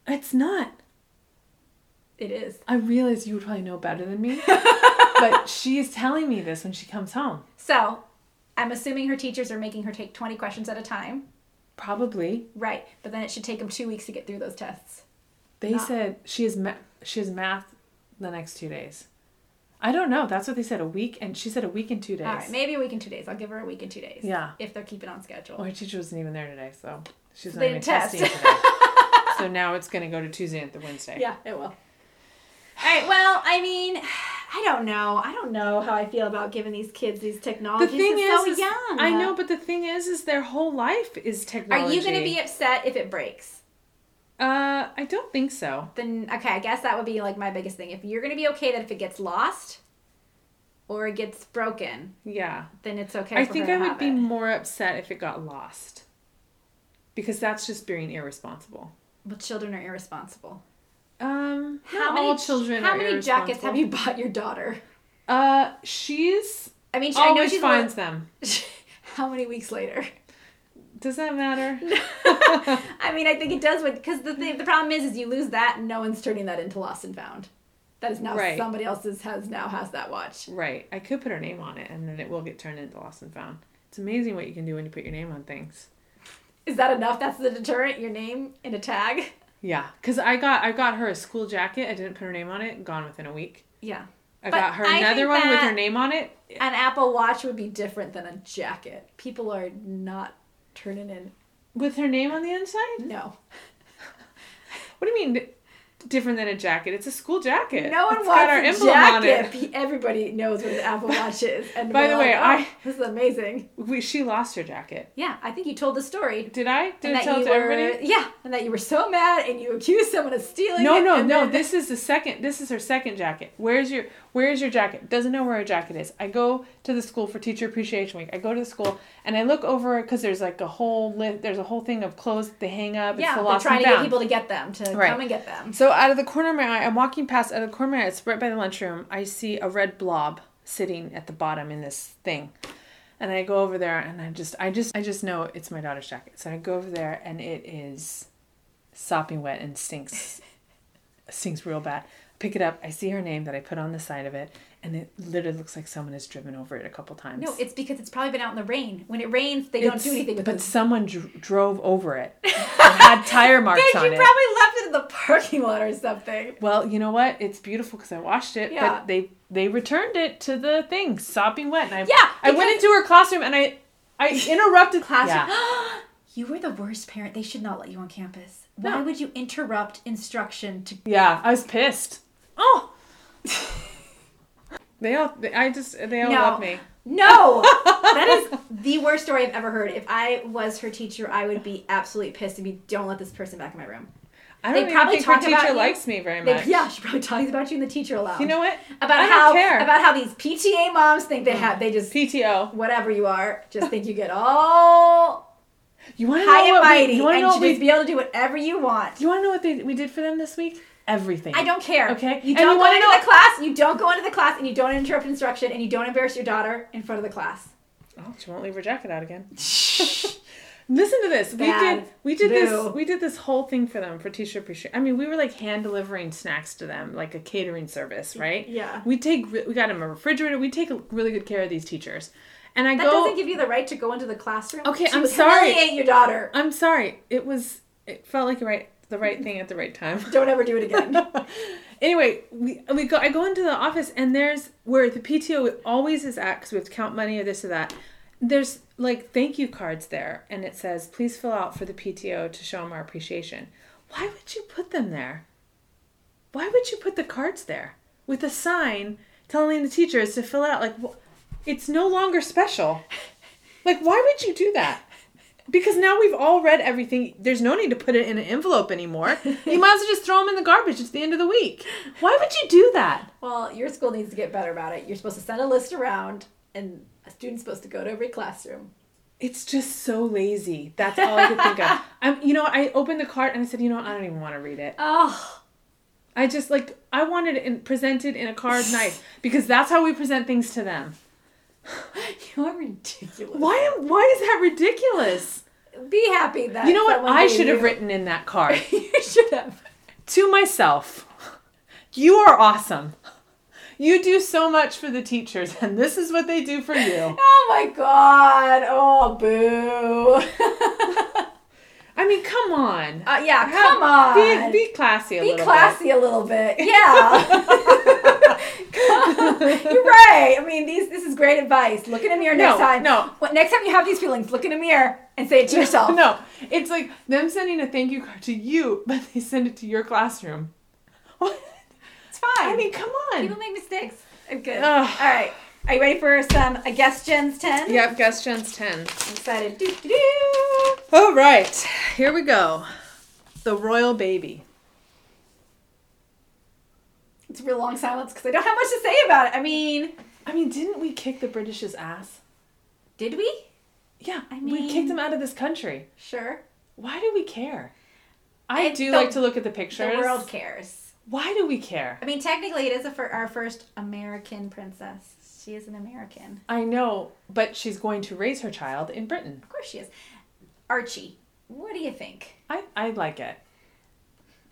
B: It's not.
A: It is.
B: I realize you would probably know better than me, but she is telling me this when she comes home.
A: So, I'm assuming her teachers are making her take 20 questions at a time.
B: Probably.
A: Right. But then it should take them two weeks to get through those tests.
B: They
A: Not-
B: said she has ma- she has math the next two days. I don't know. That's what they said. A week, and she said a week and two days.
A: All right. Maybe a week and two days. I'll give her a week and two days.
B: Yeah.
A: If they're keeping on schedule.
B: Well, her teacher wasn't even there today, so she's
A: So
B: not
A: they
B: even
A: didn't test.
B: testing today. so now it's going to go to Tuesday and the Wednesday.
A: Yeah, it will. All right. Well, I mean, I don't know. I don't know how I feel about giving these kids these
B: The
A: technologies.
B: thing
A: They're
B: is,
A: so
B: is-
A: young.
B: I know, but the thing is, is their whole life is
A: Are
B: technology.
A: you going to be upset if it breaks?
B: Uh, I don't think so.
A: Then okay, I guess that would be like my biggest thing. If you're going to be okay that if it gets lost or it gets broken,
B: Yeah.
A: then it's okay.
B: I
A: for
B: think
A: her
B: I
A: to
B: would
A: have
B: be
A: it.
B: more upset if it got lost. Because that's just being irresponsible.
A: Well, children are irresponsible.
B: Um,
A: how
B: not
A: many
B: all children?
A: How
B: are
A: many jackets have
B: irresponsible.
A: you bought your daughter?
B: Uh, she's
A: I mean, she, I know
B: always
A: she's
B: finds them.
A: How many weeks later?
B: Does that matter?
A: I mean, I think it does, because the thing, the problem is, is you lose that, and no one's turning that into lost and found. That is now
B: Right.
A: somebody else's has now has that watch.
B: Right. I could put her name on it, and then it will get turned into lost and found. It's amazing what you can do when you put your name on things.
A: Is that enough? That's the deterrent. Your name in a tag.
B: Yeah, cause I got I got her a school jacket. I didn't put her name on it. Gone within a week.
A: Yeah,
B: I
A: But
B: got her
A: I
B: another
A: think
B: one with
A: that-
B: her name on it.
A: an Apple Watch would be different than a jacket. People are not turning in.
B: With her name on the inside.
A: No,
B: What do you mean? di- Different than a jacket. It's a school jacket.
A: no one
B: It's
A: wants
B: got our
A: a
B: emblem
A: jacket.
B: on it.
A: Pe- Everybody knows what an Apple Watch is. And
B: By
A: we're
B: the
A: like,
B: way,
A: "Oh,
B: I-
A: this is amazing.
B: We, she lost her jacket.
A: Yeah, I think you told the story.
B: Did I? Did
A: And
B: I
A: that
B: tell
A: you
B: it to
A: were,
B: everybody?
A: yeah, and that you were so mad and you accused someone of stealing.
B: No,
A: it,
B: no,
A: and
B: no.
A: then-
B: This is the second. This is her second jacket. Where's your Where's your jacket? Doesn't know where her jacket is. I go to the school for Teacher Appreciation Week. I go to the school and I look over because there's like a whole li There's a whole thing of clothes that they hang up.
A: yeah,
B: it's the
A: they're
B: lost and
A: trying to get
B: found.
A: people to get them to
B: Right.
A: come and get them.
B: So out of the corner of my eye, I'm walking past. Out of the corner of my eye, it's right by the lunchroom. I see a red blob sitting at the bottom in this thing, and I go over there and I just, I just, I just know it's my daughter's jacket. So I go over there and it is sopping wet and stinks, stinks real bad. Pick it up. I see her name that I put on the side of it, and it literally looks like someone has driven over it a couple times.
A: No, it's because it's probably been out in the rain. When it rains, they don't do
B: It's-
A: anything with
B: But
A: it.
B: someone dr- drove over it. It had tire marks
A: Because
B: on
A: you
B: it.
A: probably left it in the parking lot or something.
B: Well, you know what? It's beautiful because I washed it,
A: Yeah.
B: but they they returned it to the thing, sopping wet. And I
A: Yeah,
B: I went
A: because-
B: into her classroom and I I interrupted
A: Classroom.
B: Yeah.
A: you were the worst parent. They should not let you on campus. Why
B: No.
A: would you interrupt instruction to?
B: Yeah, I was pissed. Oh. they all they, I just they all
A: No.
B: love me.
A: No, that is the worst story I've ever heard. If I was her teacher, I would be absolutely pissed and be, "Don't let this person back in my room."
B: I
A: They
B: don't even
A: probably
B: think her
A: talk about
B: teacher
A: you.
B: likes me very
A: They,
B: much.
A: yeah, she probably talks about you in the teacher lounge.
B: You know what?
A: about
B: I don't
A: how
B: care. Mm.
A: about how these PTA moms think they have they just
B: PTO.
A: whatever you are just think you get all
B: You want to know
A: high and
B: what we-
A: mighty
B: you want to
A: and
B: know
A: you
B: what we
A: just be able to do whatever you want.
B: you want to know what they, we did for them this week? Everything.
A: I don't care.
B: Okay.
A: You don't
B: And you
A: go
B: wanna
A: into
B: know-
A: the class. You don't go into the class, and you don't interrupt instruction, and you don't embarrass your daughter in front of the class.
B: Oh, she won't leave her jacket out again. Listen to this. We
A: Bad.
B: did we did
A: Boo.
B: this we did this whole thing for them for teacher appreciation. I mean, we were like hand delivering snacks to them, like a catering service, right?
A: Yeah.
B: We take re- we got them a refrigerator. We take really good care of these teachers. And I
A: That
B: go
A: doesn't give you the right to go into the classroom.
B: Okay,
A: to
B: I'm sorry.
A: Humiliate your daughter.
B: I'm sorry. It was it felt like the right the right thing at the right time.
A: Don't ever do it again.
B: anyway, we we go. I go into the office and there's where the PTO always is at because we have to count money or this or that. There's like thank you cards there, and it says please fill out for the PTO to show them our appreciation. Why would you put them there? Why would you put the cards there with a sign telling the teachers to fill it out? Like, wh- it's no longer special. Like, why would you do that? Because now we've all read everything. There's no need to put it in an envelope anymore. You might as well just throw them in the garbage. It's the end of the week. Why would you do that?
A: well, your school needs to get better about it. You're supposed to send a list around, and a student's supposed to go to every classroom.
B: It's just so lazy. That's all I could think of. I'm, you know, I opened the card and I said, you know, what? I don't even want to read it.
A: Oh,
B: I just like I wanted it in, presented in a card nice because that's how we present things to them.
A: you are ridiculous.
B: Why am why is that ridiculous?
A: Be happy that
B: You know what?
A: someone
B: I
A: gave
B: should have
A: you-
B: written in that card.
A: you should have.
B: to myself, you are awesome. You do so much for the teachers, and this is what they do for you.
A: Oh my god! Oh boo!
B: I mean, come on.
A: uh, yeah,
B: Have-
A: come on.
B: Be, be classy a
A: Be
B: little
A: classy a little bit. Yeah. You're right. I mean, these this is great advice. Look in a mirror next
B: No,
A: time.
B: no.
A: What, next time you have these feelings, look in a mirror and say it to yourself.
B: bit. No, it's like them sending a thank you card to you, but they send it to your classroom. What?
A: It's fine.
B: I mean, come
A: people
B: on.
A: make mistakes. I'm good.
B: Ugh.
A: All right. Are you ready for some uh, guess gens 10?
B: Yep, Gus Jen's 10.
A: I'm excited. Doo, doo, doo.
B: All right, here we go. The royal baby.
A: It's a real long silence because I don't have much to say about it. I mean,
B: I mean, didn't we kick the British's ass?
A: did we?
B: Yeah,
A: I
B: we
A: mean-
B: kicked them out of this country.
A: Sure.
B: Why do we care? I
A: It's
B: do
A: the-
B: like to look at the pictures.
A: The world cares.
B: Why do we care?
A: I mean, technically, it is a, fir- our first American princess. She is an American.
B: I know, but she's going to raise her child in Britain.
A: Of course, she is. Archie, what do you think?
B: I, I like it.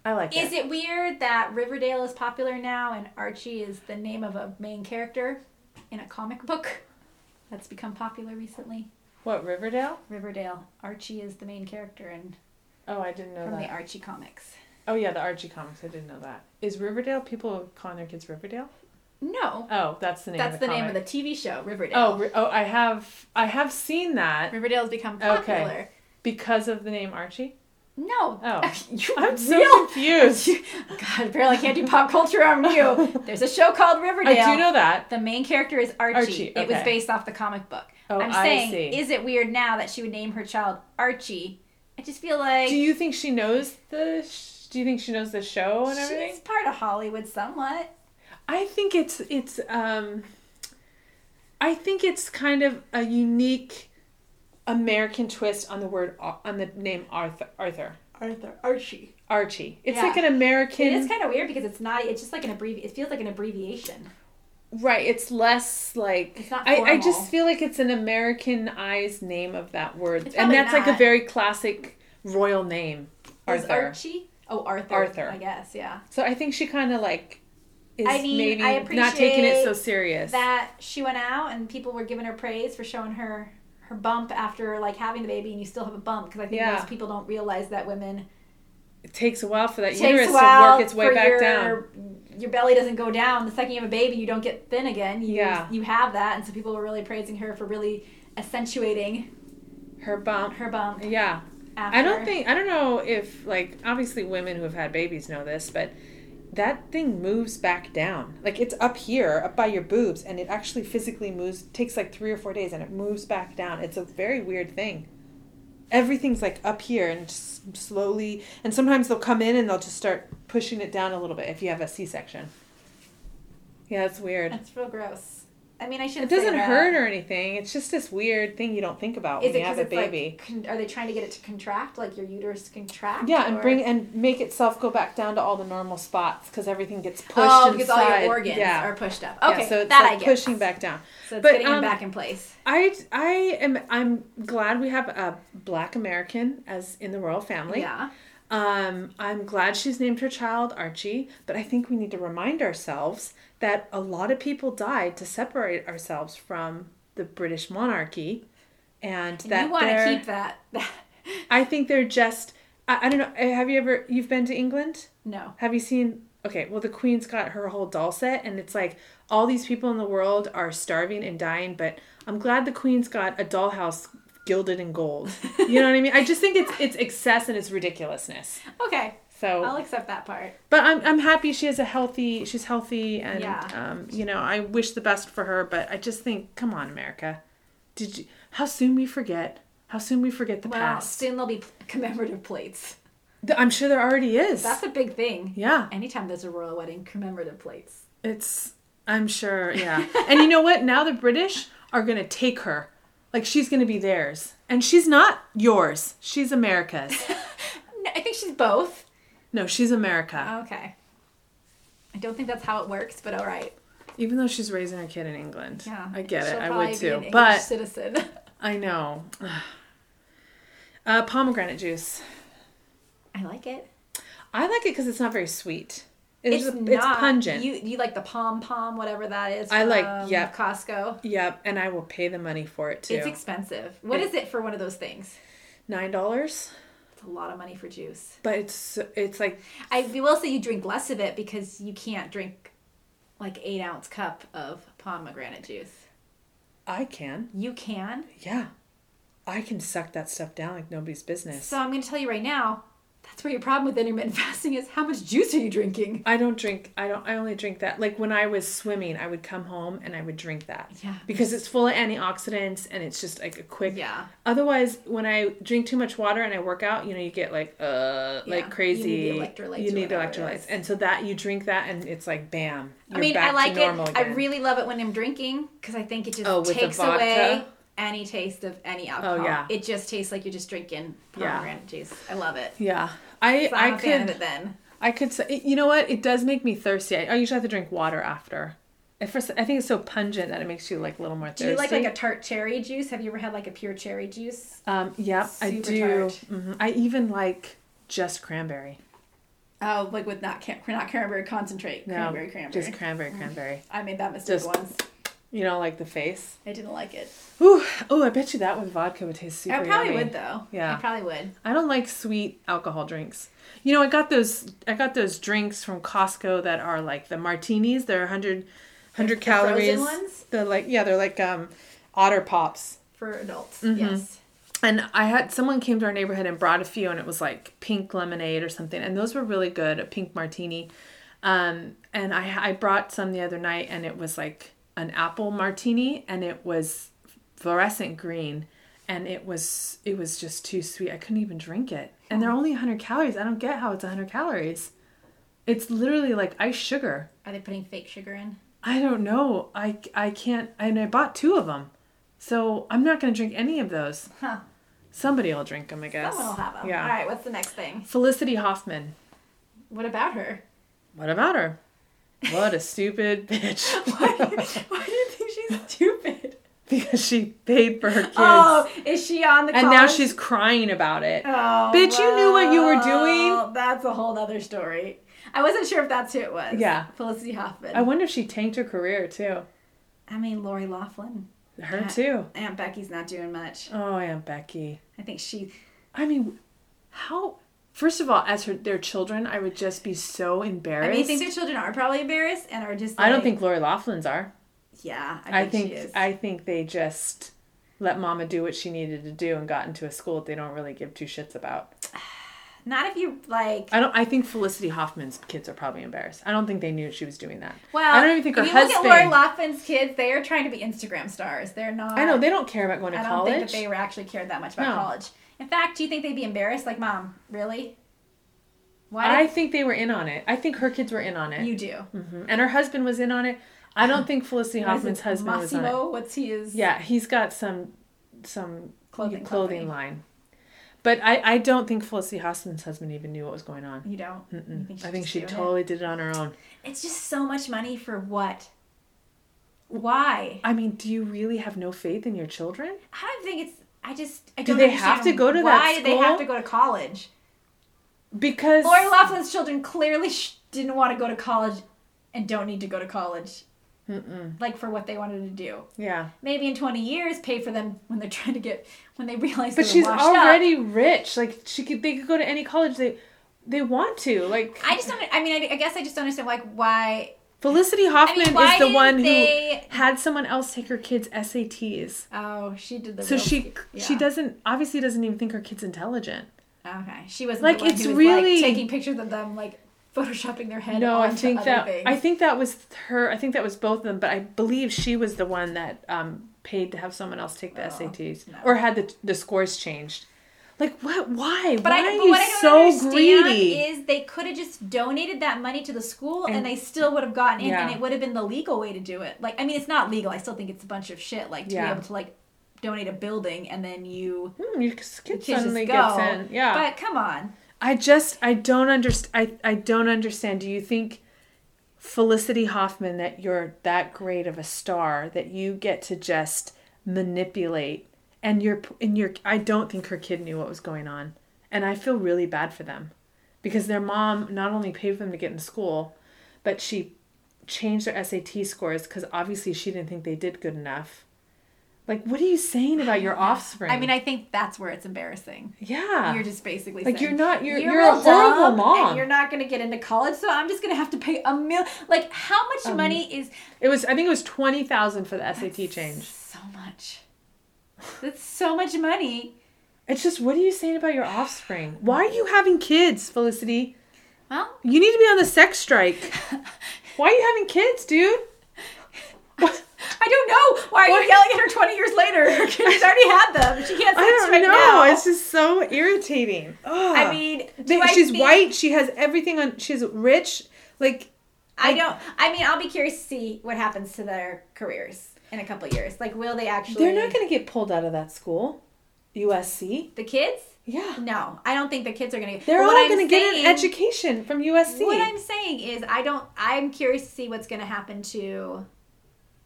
B: I like
A: Is it weird that Riverdale is popular now and Archie is the name of a main character in a comic book that's become popular recently?
B: What, Riverdale?
A: Riverdale. Archie is the main character in
B: Oh, I didn't know
A: from
B: that.
A: the Archie comics.
B: Oh yeah, the Archie comics. I didn't know that. Is Riverdale people calling their kids Riverdale?
A: No,
B: Oh, that's the name.
A: that's
B: of
A: the
B: the,
A: name of
B: comic.
A: the TV show Riverdale.
B: Oh, Ri- oh, I have I have seen that
A: Riverdale has become
B: Okay.
A: popular.
B: because of the name Archie.
A: No.
B: Oh.
A: you
B: I'm so
A: real.
B: confused.
A: God, apparently I can't do pop culture on you. There's a show called
B: I
A: Riverdale.
B: do know that.
A: The main character is Archie.
B: Archie,
A: It was
B: okay.
A: based off the comic book.
B: Oh,
A: I'm
B: I
A: saying,
B: see.
A: is it weird now that she would name her child Archie? I just feel like
B: Do you think she knows the? Sh- do you think she knows the show and everything?
A: she's part of Hollywood somewhat.
B: I think it's it's um I think it's kind of a unique American twist on the word Ar- on the name Arthur Arthur
A: Arthur Archie.
B: Archie. It's
A: Yeah.
B: like an American
A: It is kind of weird because it's not. It's just like an abbrevi. It feels like an abbreviation.
B: right, it's less like
A: It's not
B: I I
A: formal.
B: just feel like it's an Americanized name of that word.
A: It's
B: and
A: probably
B: that's like
A: not.
B: a very classic royal name,
A: Is
B: Arthur.
A: Archie? Oh, Arthur.
B: Arthur.
A: I guess. Yeah.
B: So I think she kind of like is
A: I mean,
B: maybe
A: I
B: not taking it so
A: appreciate
B: serious.
A: that she went out and people were giving her praise for showing her her bump after like having the baby and you still have a bump because I think
B: Yeah.
A: most people don't realize that women
B: it takes a while for that
A: it
B: uterus
A: takes
B: to
A: a while
B: work its way
A: for
B: back
A: your,
B: down.
A: Your belly doesn't go down the second you have a baby. You don't get thin again. You,
B: Yeah.
A: you have that, and so people were really praising her for really accentuating
B: her bump.
A: her bump.
B: Yeah.
A: After.
B: I don't think I don't know if like obviously women who have had babies know this, but that thing moves back down. Like it's up here, up by your boobs, and it actually physically moves takes like 3 or 4 days and it moves back down. It's a very weird thing. Everything's like up here and just slowly and sometimes they'll come in and they'll just start pushing it down a little bit if you have a C-section. Yeah, it's weird.
A: that's real gross. I mean, I
B: It
A: shouldn't.
B: doesn't hurt or anything. It's just this weird thing you don't think about
A: Is
B: when
A: it
B: you
A: because
B: have a
A: it's
B: baby.
A: like? Con- are they trying to get it to contract, like your uterus contract?
B: Yeah, and
A: or-
B: bring and make itself go back down to all the normal spots because everything gets pushed
A: oh, because
B: inside.
A: all your organs
B: yeah.
A: are pushed up.
B: Yeah,
A: Okay,
B: so it's
A: that
B: like
A: I get.
B: pushing back down.
A: So it's
B: But,
A: getting them
B: um,
A: back in place.
B: I I am I'm glad we have a black American as in the royal family.
A: Yeah.
B: Um, I'm glad she's named her child Archie, but I think we need to remind ourselves that a lot of people died to separate ourselves from the British monarchy, and,
A: And
B: that
A: you want
B: they're-
A: to keep that.
B: I think they're just. I, I don't know. eh, Have you ever? You've been to England?
A: no.
B: Have you seen? Okay, well, the Queen's got her whole doll set, and it's like all these people in the world are starving and dying, but I'm glad the Queen's got a dollhouse gilded in gold. You know what I mean? I just think it's it's excess and it's ridiculousness.
A: Okay. I'll
B: So,
A: accept that part.
B: but I'm I'm happy she has a healthy. She's healthy, and
A: Yeah.
B: um, you know, I wish the best for her. But I just think, come on, America, did you? How soon we forget? How soon we forget the
A: Well,
B: past?
A: soon there'll be commemorative plates.
B: Th- I'm sure there already is.
A: That's a big thing.
B: yeah.
A: Anytime there's a royal wedding, commemorative plates.
B: It's I'm sure, yeah. and you know what? Now the British are gonna take her. Like she's gonna be theirs. And she's not yours. She's America's.
A: No, I think she's both.
B: No, she's America.
A: Okay. I don't think that's how it works, but all right.
B: Even though she's raising her kid in England.
A: Yeah,
B: I get
A: She'll
B: it. I
A: probably
B: would
A: be an
B: too.
A: English
B: But
A: citizen.
B: I know. Uh, pomegranate juice.
A: I like it.
B: I like it because it's not very sweet. It's, it's
A: not-
B: pungent.
A: You you like the pom pom, whatever that is.
B: I like-
A: from
B: yep.
A: Costco.
B: yep, and I will pay the money for it too.
A: It's expensive. What is it for one of those things?
B: Nine dollars,
A: It's a lot of money for juice.
B: but it's it's like
A: I will say you drink less of it because you can't drink like eight ounce cup of pomegranate juice.
B: I can.
A: You can.
B: Yeah. I can suck that stuff down like nobody's business.
A: So I'm going to tell you right now, that's where your problem with intermittent fasting is. How much juice are you drinking?
B: I don't drink I don't I only drink that. Like when I was swimming, I would come home and I would drink that.
A: Yeah.
B: Because it's full of antioxidants and it's just like a quick
A: Yeah.
B: Otherwise, when I drink too much water and I work out, you know, you get like uh
A: you need the
B: like crazy.
A: electrolytes
B: You
A: or
B: need the
A: whatever it
B: electrolytes.
A: is.
B: And so that you drink that and it's like bam.
A: I mean, I like it. I
B: again.
A: really love it when I'm drinking because I think it just
B: Oh, with the
A: takes
B: vodka? Oh,
A: away any taste of any alcohol.
B: yeah.
A: It just tastes like you're just drinking
B: Yeah.
A: pomegranate juice. I love it.
B: Yeah. I
A: So
B: I
A: I'm a fan of
B: could
A: it then.
B: I could say you know what? It does make me thirsty. I, I usually have to drink water after. At first, I think it's so pungent that it makes you like a little more thirsty.
A: Do you like like a tart cherry juice? Have you ever had like a pure cherry juice?
B: Um, yeah, I
A: Super
B: do.
A: tart.
B: Mhm. I even like just cranberry.
A: Oh, like with not cran- not cranberry concentrate,
B: No,
A: cranberry cranberry. Mm.
B: Just cranberry, cranberry.
A: I made that mistake
B: Just-
A: once.
B: You know, like the face.
A: I didn't like it.
B: Ooh, oh, I bet you that with vodka would taste super.
A: I probably
B: yummy.
A: would though.
B: Yeah.
A: I probably would.
B: I don't like sweet alcohol drinks. You know, I got those. I got those drinks from Costco that are like the martinis. They're 100, 100
A: The frozen
B: calories.
A: ones?
B: They're like yeah, they're like um, otter pops.
A: For adults,
B: Mm-hmm.
A: yes.
B: And I had someone came to our neighborhood and brought a few, and it was like pink lemonade or something, and those were really good, a pink martini. Um, and I I brought some the other night, and it was like an apple martini, and it was fluorescent green, and it was it was just too sweet. I couldn't even drink it, and they're only 100 calories. I don't get how it's 100 calories. It's literally like ice sugar.
A: Are they putting fake sugar in?
B: I don't know. I I can't. And I bought two of them, so I'm not gonna drink any of those.
A: Huh.
B: Somebody will drink them, I guess.
A: Someone will have them.
B: Yeah.
A: All right, what's the next thing?
B: Felicity Hoffman.
A: What about her?
B: What about her? What a stupid bitch.
A: Why, why do you think she's stupid?
B: because she paid for her kids.
A: Oh, is she on the
B: and now
A: college?
B: she's crying about it.
A: Oh,
B: Bitch, you knew what you were doing.
A: well, That's a whole other story. I wasn't sure if that's who it was.
B: Yeah.
A: Felicity Hoffman.
B: I wonder if she tanked her career too.
A: I mean, Lori Laughlin.
B: Her too.
A: Aunt Becky's not doing much.
B: Oh, Aunt Becky.
A: I think she.
B: I mean, how? First of all, as her their children, I would just be so embarrassed.
A: I mean, I think their children are probably embarrassed and are just.
B: I don't
A: like-
B: think Lori Laughlin's are.
A: Yeah, I
B: I
A: think,
B: think
A: she is.
B: I think they just let Mama do what she needed to do and got into a school that they don't really give two shits about.
A: not if you like.
B: I don't. I think Felicity Hoffman's kids are probably embarrassed. I don't think they knew she was doing that.
A: Well,
B: I don't even think her
A: if you
B: husband.
A: Look at Lori Laughlin's kids; they are trying to be Instagram stars. They're not.
B: I know they don't care about going to
A: I don't
B: college.
A: think that they were actually cared that much about
B: No.
A: college. In fact, do you think they'd be embarrassed? Like, mom, really? Why
B: I think they were in on it. I think her kids were in on
A: did
B: it,
A: you do?
B: Mhm. and her husband was in on it. I don't think Felicity
A: What is
B: Hoffman's
A: it,
B: husband was on it.
A: Massimo, what's his?
B: Yeah, he's got some some
A: Clothing company.
B: line, but I I don't think Felicity Hoffman's husband even knew what was going on.
A: You don't. You think she's
B: I think
A: just
B: she
A: doing it?
B: totally did it on her own.
A: It's just so much money for what? Why?
B: I mean, do you really have no faith in your children?
A: I don't think it's. I just. I
B: Do
A: don't
B: they have
A: understand
B: to go to that
A: Why did they
B: school?
A: have to go to college?
B: Because
A: Lori Laughlin's children clearly sh- didn't want to go to college, and don't need to go to college.
B: Mm-mm.
A: Like for what they wanted to do.
B: yeah,
A: Maybe in twenty years, pay for them when they're trying to get when they realize.
B: But
A: they're
B: she's
A: washed Up.
B: already rich. Like she could, they could go to any college they they want to. Like
A: I just don't. I mean, I, I guess I just don't understand like why.
B: Felicity Hoffman
A: why
B: is the
A: didn't
B: one who
A: they-
B: had someone else take her kids SATs.
A: Oh, she did the.
B: So
A: real-
B: she she
A: yeah.
B: doesn't obviously doesn't even think her kid's intelligent.
A: Okay, she wasn't
B: Like,
A: the one
B: it's
A: who was,
B: really-
A: like, taking pictures of them, like photoshopping their head.
B: No, I
A: onto
B: think
A: other
B: that
A: things.
B: I think that was her. I think that was both of them. But I believe she was the one that um, paid to have someone else take the
A: Oh,
B: SATs
A: no.
B: or had the the scores changed. Like what? Why?
A: But
B: why
A: I,
B: are
A: but
B: you
A: what I don't
B: so
A: understand
B: greedy?
A: is they could have just donated that money to the school and,
B: And-
A: they still would have gotten in and
B: Yeah.
A: it would have been the legal way to do it. Like, I mean, it's not legal. I still think it's a bunch of shit. Like, to
B: Yeah.
A: be able to, like, donate a building and then you,
B: Hmm, your
A: you
B: kid
A: kids just
B: suddenly
A: go.
B: gets in. Yeah.
A: But come on.
B: I just I don't understand. I I don't understand. Do you think Felicity Hoffman that you're that great of a star that you get to just manipulate and you're and you're I don't think her kid knew what was going on, and I feel really bad for them because their mom not only paid for them to get into school, but she changed their SAT scores because obviously she didn't think they did good enough. Like, what are you saying about your offspring?
A: I mean, I think that's where it's embarrassing.
B: yeah,
A: You're just basically
B: Like,
A: saying,
B: you're not- you're- you're a
A: real
B: horrible
A: dumb,
B: mom."
A: And you're not going to get into college, so I'm just going to have to pay a mil. Like, how much
B: Um,
A: money is
B: It was I think it was twenty thousand for the SAT change.
A: so much? That's so much money.
B: It's just what are you saying about your offspring? Why are you having kids, Felicity?
A: Well,
B: You need to be on the sex strike. Why are you having kids, dude? What?
A: I don't know. Why are
B: Why-
A: you yelling at her 20 years later? She's already had them. She can't
B: I
A: sex
B: don't
A: right
B: know.
A: now.
B: It's just so irritating. Ugh.
A: I mean, do
B: They-
A: I
B: she's
A: think-
B: white. She has everything on. She's rich. Like
A: I don't. I mean, I'll be curious to see what happens to their careers. in a couple years? Like, will they actually?
B: They're not going to get pulled out of that school. USC?
A: The kids?
B: Yeah.
A: No, I don't think the kids are going to.
B: They're
A: but
B: all
A: what I'm
B: going to get an
A: saying-
B: education from USC.
A: What I'm saying is, I don't. I'm curious to see what's going to happen to.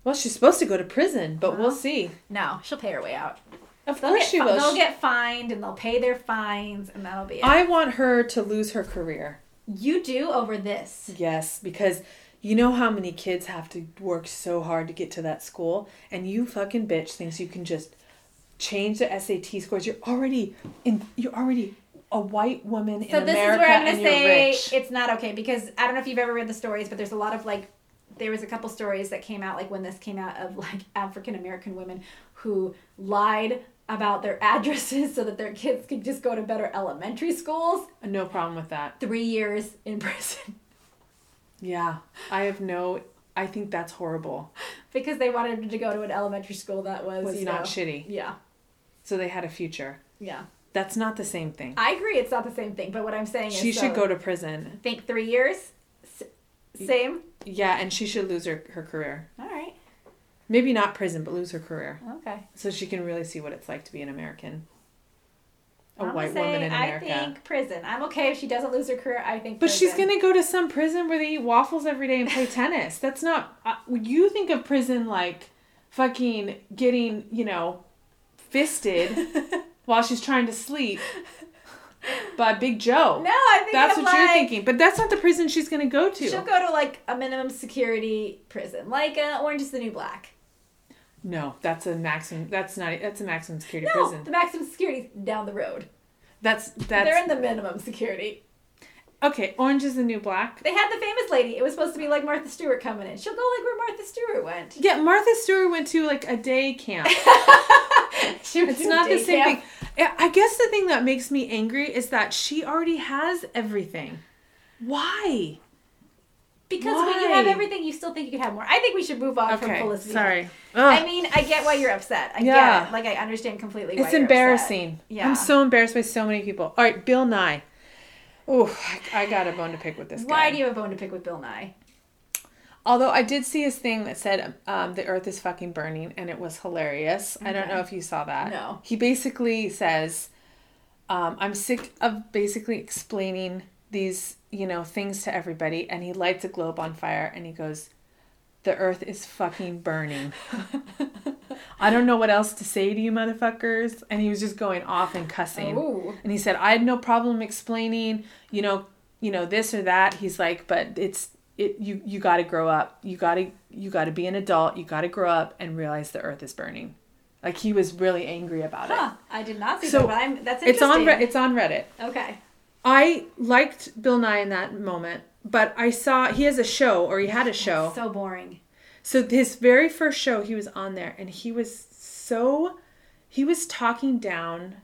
B: well, she's supposed to go to prison, but we'll
A: Well,
B: see.
A: No, she'll pay her way out.
B: Of
A: Uh-huh. They'll
B: course
A: get,
B: she
A: fi-
B: will.
A: They'll
B: She-
A: get fined and they'll pay their fines, and that'll be it.
B: I want her to lose her career.
A: you do over this.
B: Yes, because you know how many kids have to work so hard to get to that school, and you fucking bitch thinks you can just change the SAT scores. You're already in. You're already a white woman
A: So
B: in
A: this
B: America,
A: is where I'm
B: and
A: gonna
B: you're
A: say
B: rich.
A: it's not okay because I don't know if you've ever read the stories, but there's a lot of like, there was a couple stories that came out like when this came out of like African American women who lied about their addresses so that their kids could just go to better elementary schools.
B: no problem with that.
A: Three years in prison
B: Yeah, I have no. I think that's horrible.
A: because they wanted to go to an elementary school that was,
B: Was
A: you know,
B: not shitty.
A: Yeah,
B: So they had a future.
A: yeah.
B: That's not the same thing.
A: I agree. It's not the same thing, but what I'm saying is
B: She should
A: so,
B: go to prison.
A: think three years. S- same.
B: Yeah, and she should lose her, her career.
A: All right.
B: Maybe not prison, but lose her career.
A: Okay.
B: So she can really see what it's like to be an American. A
A: I'm gonna
B: white
A: say
B: woman in America.
A: I think prison. I'm okay if she doesn't lose her career. I think.
B: But she's
A: prison.
B: gonna go to some prison where they eat waffles every day and play tennis. That's not. Uh, you think of prison like fucking getting, you know, fisted while she's trying to sleep by Big Joe.
A: No, I think
B: that's
A: I'm
B: what you're
A: like-
B: thinking. But that's not the prison she's gonna go to.
A: She'll go to like a minimum security prison, like uh, Orange is the New Black.
B: no, that's a maximum. That's not. That's a maximum security
A: No,
B: prison.
A: the maximum security's down the road.
B: That's that's
A: They're in the minimum security.
B: okay. Orange is the new black.
A: They had the famous lady. It was supposed to be like Martha Stewart coming in. She'll go like where Martha Stewart went.
B: Yeah, Martha Stewart went to like a day camp.
A: She was
B: It's
A: in
B: not the
A: day
B: same
A: camp.
B: thing. I I guess the thing that makes me angry is that she already has everything. Why?
A: Because when you have
B: Why?
A: everything, you still think you could have more. I think we should move on from Felicity.
B: Ugh.
A: I mean, I get why you're upset. I
B: Yeah.
A: get it. Like, I understand completely why
B: it's
A: you're upset.
B: embarrassing.
A: Yeah.
B: I'm so embarrassed by so many people. All right, Bill Nye. Oh, I, I got a bone to pick with this guy.
A: Why do you have a bone to pick with Bill Nye?
B: Although I did see his thing that said um, the Earth is fucking burning, and it was hilarious. I don't know if you saw that.
A: No.
B: He basically says, um, "I'm sick of basically explaining these, you know, things to everybody," and he lights a globe on fire, and he goes, "The Earth is fucking burning." I don't know what else to say to you, motherfuckers. And he was just going off and cussing.
A: Ooh.
B: And he said, I had no problem explaining, you know, you know, this or that. He's like, but it's it you you gotta grow up. You gotta you gotta be an adult, you gotta grow up and realize the earth is burning. Like he was really angry about
A: Huh, I did not see
B: So,
A: that, but I'm, that's
B: it. It's
A: interesting.
B: on Re- it's on Reddit.
A: Okay.
B: I liked Bill Nye in that moment, but I saw he has a show or he had a show.
A: So boring.
B: So his very first show, he was on there, and he was so he was talking down.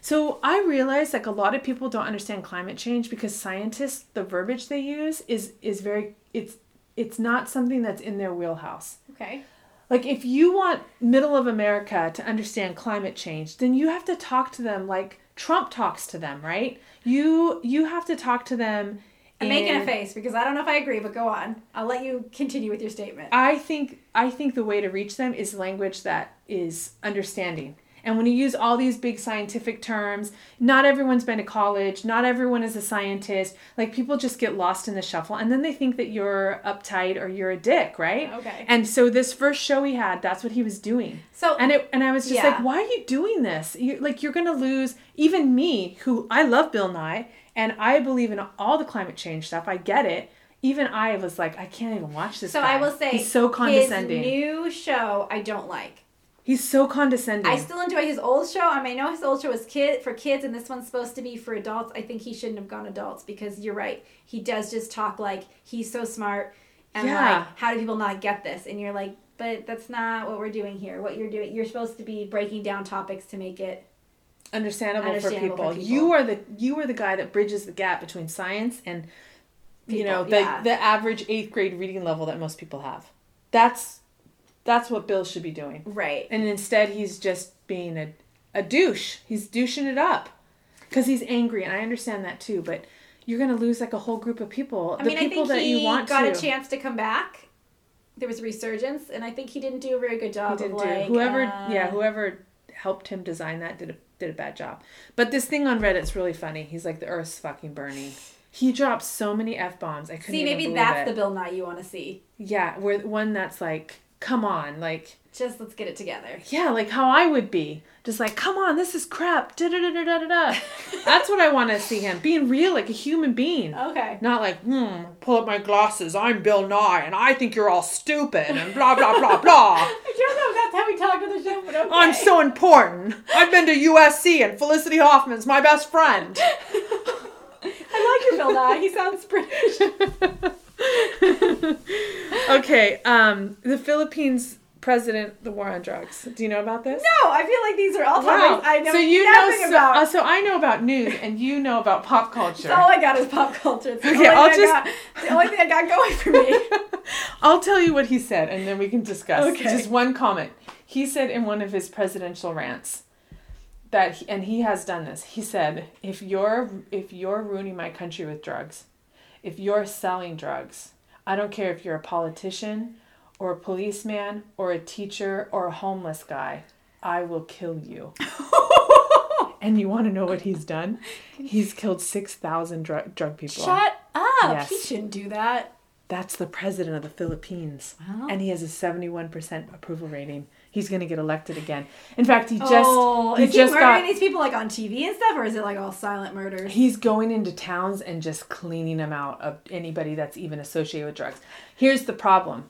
B: So I realized like a lot of people don't understand climate change because scientists, the verbiage they use is is very it's it's not something that's in their wheelhouse.
A: Okay.
B: Like if you want middle of America to understand climate change, then you have to talk to them like Trump talks to them, right? You you have to talk to them.
A: I'm making
B: in-
A: a face because I don't know if I agree, but go on. I'll let you continue with your statement.
B: I think I think the way to reach them is language that is understanding. And when you use all these big scientific terms, not everyone's been to college, not everyone is a scientist. Like people just get lost in the shuffle and then they think that you're uptight or you're a dick, right?
A: Okay.
B: And so this first show he had, that's what he was doing.
A: So-
B: and it and I was just
A: Yeah.
B: like, why are you doing this? You like you're gonna lose even me, who I love Bill Nye and I believe in all the climate change stuff. I get it. Even I was like, I can't even watch this.
A: so
B: guy.
A: I will say,
B: he's so condescending.
A: His new show, I don't like.
B: he's so condescending.
A: I still enjoy his old show. I mean, I know his old show was kid for kids, and this one's supposed to be for adults. I think he shouldn't have gone adults because you're right. He does just talk like he's so smart, and
B: Yeah.
A: like, how do people not get this? And you're like, but that's not what we're doing here. What you're doing, you're supposed to be breaking down topics to make it.
B: understandable,
A: Understandable for
B: for, people.
A: people.
B: You are the you are the guy that bridges the gap between science and you
A: People,
B: know the
A: yeah.
B: the average eighth grade reading level that most people have. That's that's what Bill should be doing.
A: Right.
B: And instead, he's just being a, a douche. He's douching it up because he's angry, and I understand that too. But you're gonna lose like a whole group of people.
A: I
B: the
A: mean, I
B: people
A: think
B: that
A: he
B: you want
A: got
B: to.
A: a chance to come back, there was a resurgence, and I think he didn't do a very good job.
B: He didn't
A: of, like,
B: do. Whoever,
A: uh,
B: yeah, whoever helped him design that did a did a bad job. But this thing on Reddit's really funny. He's like, the Earth's fucking burning. He drops so many f bombs. I couldn't
A: See, maybe that's the Bill Nye you want to see.
B: the yeah, where one that's like, come on, like
A: Just let's get it together.
B: yeah, like how I would be, just like, come on, this is crap. Da da da da da da. That's what I want to see him being real, like a human being.
A: Okay.
B: Not like, hmm, pull up my glasses. I'm Bill Nye, and I think you're all stupid, and blah blah blah blah.
A: I don't know if that's how we talk on the show, but okay.
B: I'm so important. I've been to USC and Felicity Hoffman's my best friend.
A: I like your Bill Nye. He sounds British.
B: okay, um, the Philippines president, the war on drugs. Do you know about this?
A: No, I feel like these are all
B: Wow.
A: topics I know
B: so you
A: nothing
B: know so,
A: about.
B: uh, so I know about news and you know about pop culture.
A: All I got is pop culture. It's the
B: Okay,
A: only
B: I'll
A: thing I got, the only thing I got going for me.
B: I'll tell you what he said and then we can discuss.
A: Okay.
B: Just one comment. He said in one of his presidential rants that he, and he has done this. He said, "If you're if you're ruining my country with drugs, if you're selling drugs, I don't care if you're a politician or a policeman or a teacher or a homeless guy, I will kill you." and you want to know what he's done? He's killed 6,000 drug drug people.
A: Shut up.
B: Yes.
A: He shouldn't do that.
B: That's the president of the Philippines.
A: Wow.
B: And he has a 71% approval rating. He's going to get elected again. In fact, he just
A: oh,
B: he
A: is
B: just
A: he murdering
B: got
A: these people like on TV and stuff, or is it like all silent murders?
B: he's going into towns and just cleaning them out of anybody that's even associated with drugs. Here's the problem.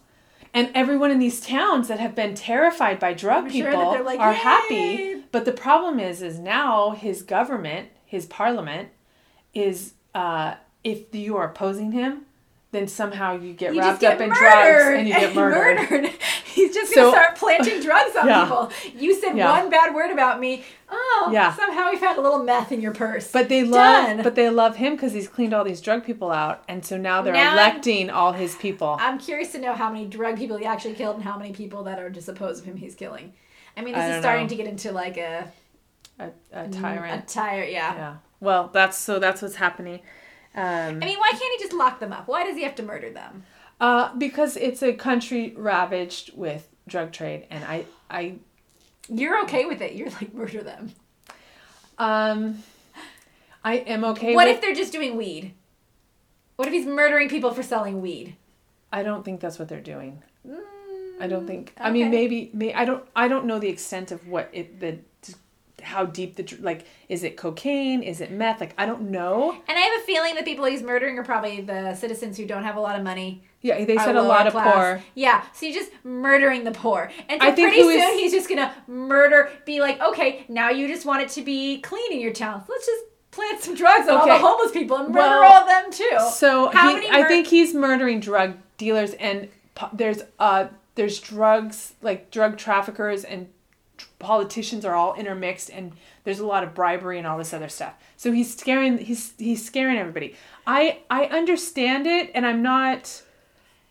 B: And everyone in these towns that have been terrified by drug
A: I'm sure
B: people
A: that they're like,
B: are
A: "Yay!"
B: happy. But the problem is is now his government, his parliament is uh if you are opposing him, then somehow you get
A: You just
B: wrapped
A: get
B: up in
A: murdered
B: drugs and you get murdered.
A: He's just gonna
B: So-
A: start planting drugs on
B: Yeah.
A: people. You said
B: Yeah.
A: one bad word about me. Oh,
B: Yeah.
A: somehow we found a little meth in your purse.
B: But they love,
A: Done.
B: but they love him because he's cleaned all these drug people out, and so now they're
A: Now-
B: electing all his people.
A: I'm curious to know how many drug people he actually killed and how many people that are just opposed of him he's killing. I mean, this
B: I
A: is
B: don't
A: starting
B: know.
A: to get into like a,
B: A, a
A: a
B: tyrant.
A: tire. Yeah.
B: Yeah. Well, that's so that's what's happening. Um,
A: I mean, why can't he just lock them up? Why does he have to murder them?
B: uh, because it's a country ravaged with drug trade, and I, I,
A: You're okay with it. You're like murder them.
B: um, I am okay.
A: what
B: with,
A: if they're just doing weed? What if he's murdering people for selling weed?
B: I don't think that's what they're doing. I don't think. I mean,
A: Mm, okay.
B: maybe, may I don't. I don't know the extent of what it the how deep the dr- like is it cocaine is it meth like i don't know
A: And I have a feeling that people he's murdering are probably the citizens who don't have a lot of money.
B: Yeah, they
A: our
B: said a
A: lower
B: lot of
A: class.
B: poor.
A: Yeah, so you're just murdering the poor, and so
B: I think
A: pretty
B: who is-
A: soon he's just gonna murder. Be like, okay, now you just want it to be clean in your town. So let's just plant some drugs on all the
B: Okay.
A: homeless people and murder
B: Well,
A: all of them too.
B: So
A: How
B: he,
A: many
B: I
A: mur-
B: think he's murdering drug dealers and po- there's uh there's drugs like drug traffickers and tr- politicians are all intermixed and there's a lot of bribery and all this other stuff. So he's scaring he's he's scaring everybody. I I understand it and I'm not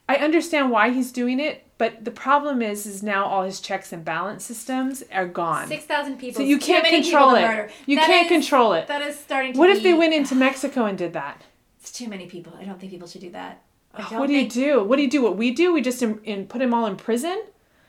B: I understand why he's doing it, but the problem is is now all his checks and balance systems are gone.
A: six thousand people.
B: so you
A: is too
B: can't
A: many
B: control
A: people
B: it.
A: to murder.
B: You
A: That
B: can't
A: is-
B: control it.
A: That is starting to.
B: What if they
A: be-
B: went into Mexico and did that?
A: It's too many people. I don't think people should do that. I don't
B: What do you
A: think-
B: do? What do you do? What we do? We just in, in, put them all in prison,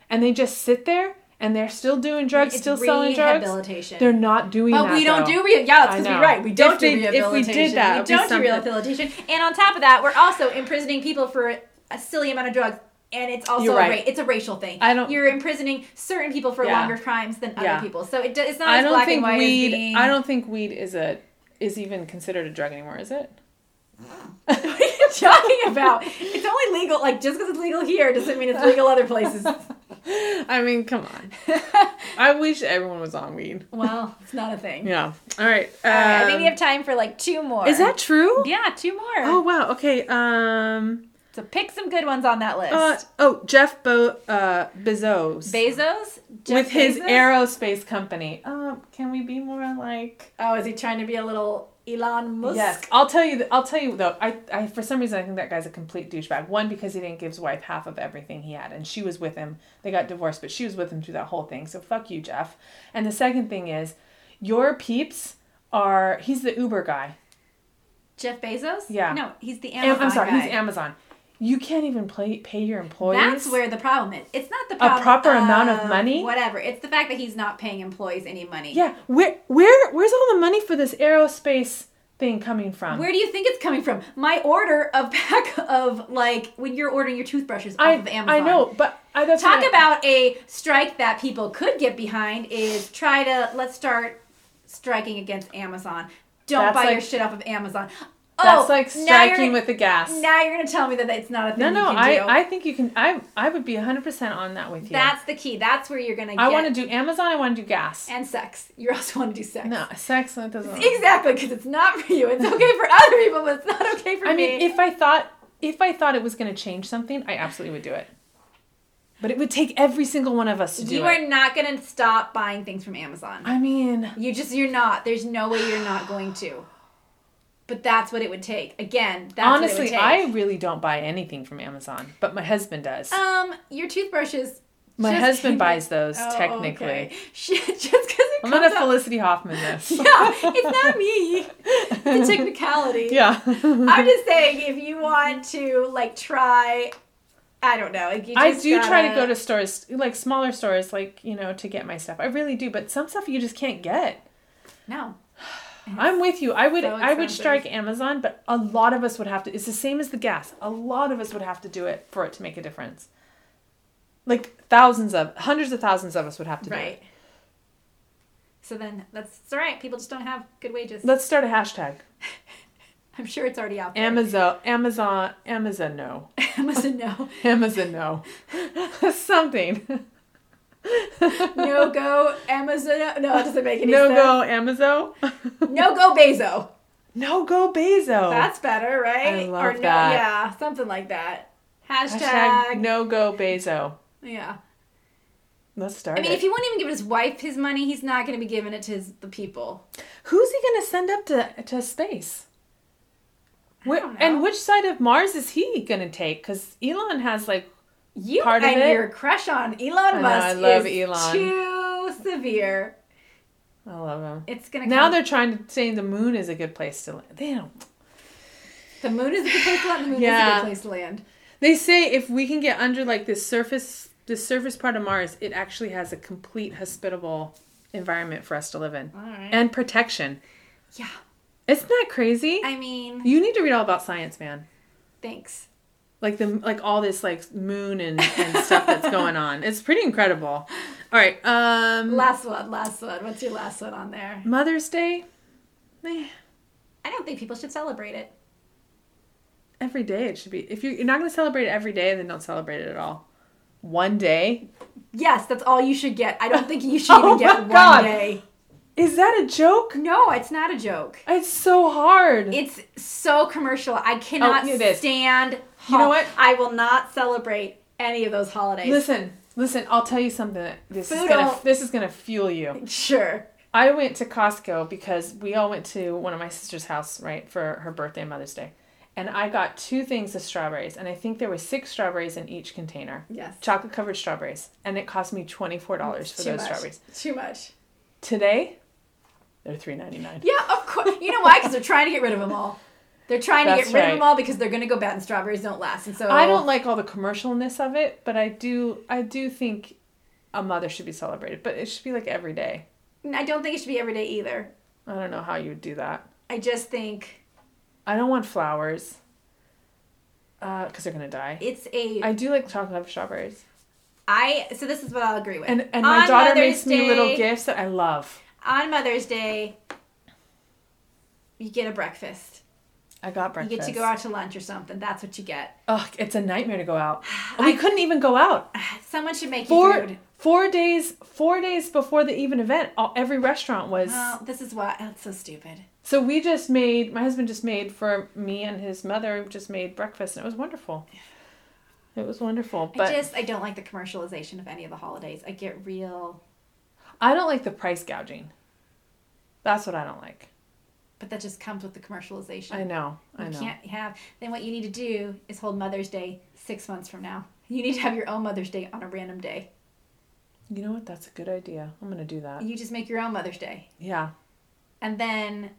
B: and they just sit there, and they're still doing drugs,
A: It's
B: still selling drugs.
A: rehabilitation.
B: They're not doing
A: But
B: that.
A: we don't
B: though.
A: do re- yeah,
B: I
A: because
B: know.
A: we're right. We don't
B: If
A: do
B: they- if we did
A: rehabilitation.
B: that,
A: we
B: it'd be
A: don't do
B: something.
A: rehabilitation. And on top of that, we're also imprisoning people for a silly amount of drugs. And it's also
B: You're
A: a ra-
B: right.
A: it's a racial thing.
B: I don't-
A: You're imprisoning certain people for
B: Yeah.
A: longer crimes than other
B: Yeah.
A: people. So it, do- it's not
B: I
A: as
B: don't
A: black
B: think
A: and white
B: weed.
A: as being.
B: I don't think weed is a is even considered a drug anymore. Is it?
A: What are you talking about? It's only legal. Like just because it's legal here doesn't mean it's legal other places.
B: I mean, come on. I wish everyone was on weed.
A: well, it's not a thing.
B: Yeah. All right.
A: All right, I think
B: um,
A: we have time for like two more.
B: is that true?
A: Yeah, two more.
B: Oh wow. Okay. Um.
A: So pick some good ones on that list.
B: Uh, oh, Jeff Bo- uh, Bezos.
A: Bezos Jeff
B: with his
A: Bezos?
B: aerospace company. Um, can we be more like?
A: Oh, is he trying to be a little Elon Musk?
B: Yes, I'll tell you. th- I'll tell you though. I, I, for some reason, I think that guy's a complete douchebag. One because he didn't give his wife half of everything he had, and she was with him. They got divorced, but she was with him through that whole thing. So fuck you, Jeff. And the second thing is, your peeps are. He's the Uber guy.
A: Jeff Bezos?
B: Yeah.
A: No, he's the
B: Am-
A: Amazon
B: I'm sorry,
A: guy.
B: he's Amazon. You can't even play, pay your employees.
A: That's where the problem is. It's not the problem
B: proper amount of money?
A: Whatever. It's the fact that he's not paying employees any money.
B: Yeah, where where where's all the money for this aerospace thing coming from?
A: Where do you think it's coming from? My order of pack of like when you're ordering your toothbrushes off
B: I
A: of Amazon.
B: I know, but I, that's
A: Talk
B: what I-
A: about a strike that people could get behind is try to let's start striking against Amazon. Don't
B: That's
A: buy your
B: like-
A: shit off of Amazon.
B: that's
A: oh,
B: like
A: now you're
B: striking
A: gonna-
B: with the gas.
A: Now you're gonna tell me that it's not a thing.
B: no,
A: you
B: no,
A: can do.
B: I I think you can. I I would be hundred percent on that with you.
A: That's the key. That's where you're gonna.
B: I
A: get
B: want to do Amazon. I want to do gas.
A: and sex. You also want to do sex.
B: No, sex that doesn't.
A: Exactly, because it's not for you. It's okay for other people, but it's not okay for
B: I
A: me.
B: mean, if I thought if I thought it was going to change something, I absolutely would do it. But it would take every single one of us to do
A: you
B: it.
A: are not gonna stop buying things from Amazon.
B: I mean,
A: You just you're not. There's no way you're not going to. But that's what it would take. Again, that's what it would
B: honestly,
A: take.
B: I really don't buy anything from Amazon, but my husband does.
A: Um, your toothbrushes.
B: my
A: just-
B: husband buys those
A: Oh,
B: technically.
A: okay. Shit, just because it
B: I'm
A: comes
B: gonna
A: up-
B: Felicity Hoffman this.
A: Yeah, it's not me. It's a technicality.
B: yeah.
A: I'm just saying, if you want to like try, I don't know. Like, you
B: I
A: just
B: do try to
A: gotta-
B: go to stores like smaller stores, like you know, to get my stuff. I really do, but some stuff you just can't get.
A: no.
B: I'm with you. I would
A: so
B: I would
A: expensive.
B: strike Amazon, but a lot of us would have to it's the same as the gas. A lot of us would have to do it for it to make a difference. Like thousands of hundreds of thousands of us would have to do
A: Right.
B: it.
A: So then that's it's all right. People just don't have good wages.
B: Let's start a hashtag.
A: I'm sure it's already out there.
B: Amazon Amazon Amazon no.
A: Amazon, no.
B: Amazon no. Something.
A: No go Amazon. No, no, it doesn't make any
B: No
A: sense.
B: go Amazon.
A: No go Bezo.
B: No go Bezo.
A: That's better, right?
B: Oh. I love
A: or no,
B: that.
A: Yeah, something like that. Hashtag.
B: hashtag no go Bezo.
A: Yeah.
B: Let's start.
A: I mean,
B: it.
A: if he won't even give his wife his money, he's not going to be giving it to his, the people.
B: Who's he gonna send up to to space? Wh-
A: don't know.
B: and which side of Mars is he gonna take? Because Elon has like
A: You
B: Part of
A: and
B: it-
A: your crush on Elon
B: know,
A: Musk
B: I love
A: is
B: Elon.
A: too severe.
B: I love him.
A: It's going to
B: Now they're trying to say the moon is a good place to land. They don't.
A: The moon is a good place to land. The moon is a
B: Yeah.
A: good place to land.
B: They say if we can get under like this surface, this surface part of Mars, it actually has a complete hospitable environment for us to live in
A: All right.
B: and protection.
A: yeah.
B: Isn't that crazy?
A: I mean,
B: you need to read all about science, man.
A: thanks.
B: like the like all this like moon and, and stuff that's going on. It's pretty incredible. All right, um,
A: Last one, last one. What's your last one on there?
B: Mother's Day. Eh,
A: I don't think people should celebrate it.
B: every day it should be. If you're, you're not going to celebrate it every day, then don't celebrate it at all. One day
A: Yes, that's all you should get. I don't think you should
B: Oh
A: even get
B: my
A: one
B: God.
A: day.
B: is that a joke?
A: No, it's not a joke.
B: It's so hard.
A: It's so commercial. I cannot
B: knew this.
A: stand.
B: You know what?
A: I will not celebrate any of those holidays.
B: listen, listen. I'll tell you something. That this is
A: Food
B: gonna
A: don't-
B: this is gonna fuel you.
A: Sure.
B: I went to Costco because we all went to one of my sister's house, right, for her birthday and Mother's Day. And I got two things of strawberries, and I think there were six strawberries in each container.
A: Yes.
B: Chocolate covered strawberries. And it cost me twenty four dollars for
A: Too
B: those
A: much.
B: strawberries.
A: Too much.
B: Today, they're three ninety nine.
A: Yeah, of course. You know why? Because they're trying to get rid of them all. They're trying to
B: That's
A: get rid
B: right.
A: of them all because they're going to go bad and strawberries don't last. And so
B: I don't like all the commercialness of it, but I do I do think a mother should be celebrated, but it should be like every day.
A: I don't think it should be every day either.
B: I don't know how you would do that.
A: I just think
B: I don't want flowers. because they're gonna die.
A: it's a
B: I do like chocolate covered strawberries.
A: I so this is what I'll agree with.
B: And and my
A: On
B: daughter
A: Mother's
B: makes me little
A: Day-
B: gifts that I love.
A: On Mother's Day, you get a breakfast.
B: I got breakfast.
A: You get to go out to lunch or something. That's what you get.
B: Ugh, it's a nightmare to go out. We couldn't even go out.
A: Someone should make you
B: Four
A: food.
B: four days four days before the even event, all, every restaurant was.
A: Well, this is why that's so stupid.
B: So we just made my husband just made for me and his mother just made breakfast and it was wonderful. It was wonderful, but
A: I just I don't like the commercialization of any of the holidays. I get real,
B: I don't like the price gouging. That's what I don't like.
A: but that just comes with the commercialization.
B: I know. I
A: You
B: know.
A: can't have. Then what you need to do is hold Mother's Day six months from now. You need to have your own Mother's Day on a random day.
B: You know what? That's a good idea. I'm gonna do that.
A: You just make your own Mother's Day,
B: Yeah.
A: and then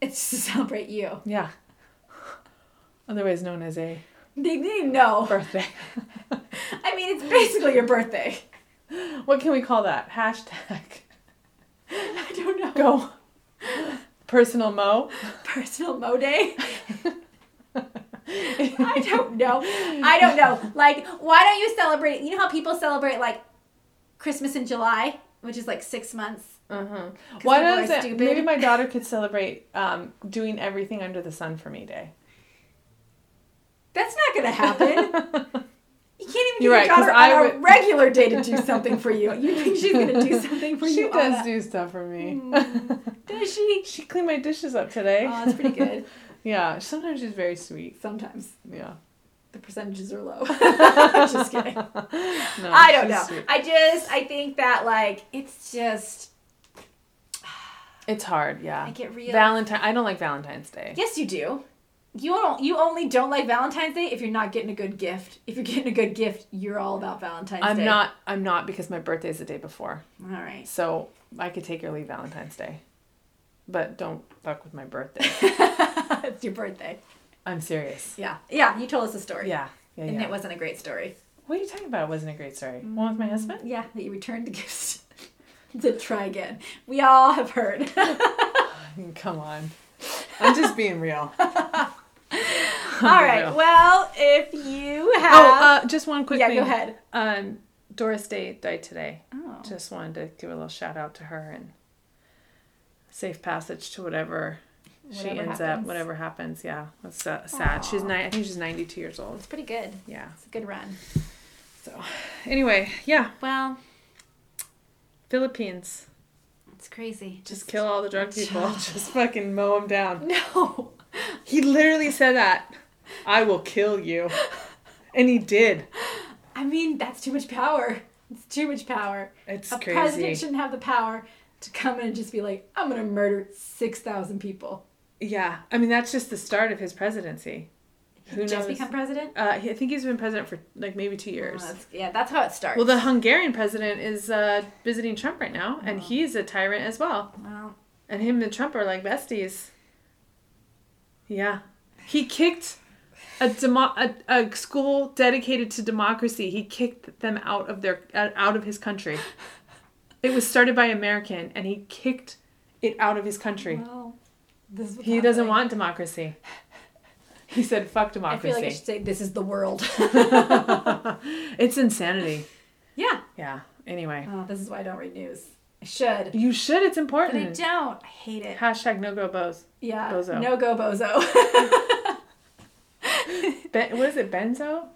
A: it's to celebrate you.
B: Yeah. Otherwise known as a
A: They didn't know.
B: Birthday.
A: I mean, it's basically your birthday.
B: what can we call that? Hashtag.
A: I don't know.
B: Go. Personal mo.
A: Personal Mo Day? I don't know. I don't know. Like, why don't you celebrate? You know how people celebrate, like, Christmas in July, which is like six months?
B: Uh-huh. Why
A: people are
B: does it?
A: stupid.
B: Maybe my daughter could celebrate um, doing everything under the sun for me day.
A: That's not going to happen. You can't even
B: You're
A: get
B: right,
A: your
B: 'cause
A: daughter
B: I
A: on a
B: would-
A: regular day to do something for you. You think she's going to do something for
B: she
A: you? on
B: does
A: a-
B: do stuff for me.
A: Does she?
B: she cleaned my dishes up today.
A: Oh, that's pretty good.
B: yeah, sometimes she's very sweet.
A: Sometimes
B: Yeah.
A: the percentages are low. just kidding.
B: No,
A: I don't
B: she's
A: know.
B: sweet.
A: I just, I think that, like, it's just,
B: It's hard.
A: I
B: Yeah.
A: get real.
B: Valentine. I don't like Valentine's Day.
A: Yes, you do. You don't. You only don't like Valentine's Day if you're not getting a good gift. If you're getting a good gift, you're all about Valentine's
B: I'm
A: Day.
B: not. I'm not because my birthday is the day before,
A: All right.
B: so I could take or leave Valentine's Day, but don't fuck with my birthday.
A: it's your birthday.
B: I'm serious.
A: Yeah. Yeah. You told us a story.
B: Yeah. Yeah.
A: And
B: yeah.
A: it Mm. wasn't a great story.
B: what are you talking about? It wasn't a great story. One with my husband.
A: Yeah, that you returned the gifts. to try again. We all have heard.
B: Come on. I'm just being real. Oh, all
A: all right. Well, if you have.
B: Oh, uh, just one quick
A: yeah,
B: thing.
A: go ahead.
B: Um, Doris Day died today.
A: Oh.
B: Just wanted to give a little shout out to her and safe passage to whatever, she
A: Whatever
B: ends up,
A: happens.
B: whatever happens. Yeah, that's uh, sad. She's nine. I think she's ninety-two years old.
A: It's pretty good.
B: Yeah.
A: It's a good run.
B: So, anyway, yeah,
A: Well,
B: Philippines.
A: it's crazy.
B: Just kill all the drug people. Just fucking mow them down.
A: No.
B: He literally said that. I will kill you. And he did.
A: I mean, that's too much power. It's too much power.
B: It's
A: a
B: crazy.
A: president shouldn't have the power to come in and just be like, I'm going to murder 6,000 people.
B: Yeah, I mean that's just the start of his presidency. Who
A: Just
B: knows?
A: become president?
B: uh, he- I think he's been president for like maybe two years.
A: Oh, that's- yeah, that's how it starts.
B: well, the Hungarian president is uh, visiting Trump right now, and
A: Uh-huh.
B: he's a tyrant as well.
A: Well,
B: And him and Trump are like besties. Yeah, he kicked a, demo- a a school dedicated to democracy. He kicked them out of their uh, out of his country. It was started by American, and he kicked it out of his country.
A: well, this is what's
B: He doesn't
A: happening.
B: want democracy. He said, "Fuck
A: I
B: democracy."
A: feel like I should say, this is the world.
B: it's insanity.
A: yeah.
B: Yeah. Anyway,
A: Oh, this is why I don't read news. I should.
B: you should. It's
A: But I
B: important.
A: don't. I hate it.
B: Hashtag no go bows.
A: Yeah.
B: Mm. Bozo.
A: No go bozo.
B: Ben, what is it? Benzo.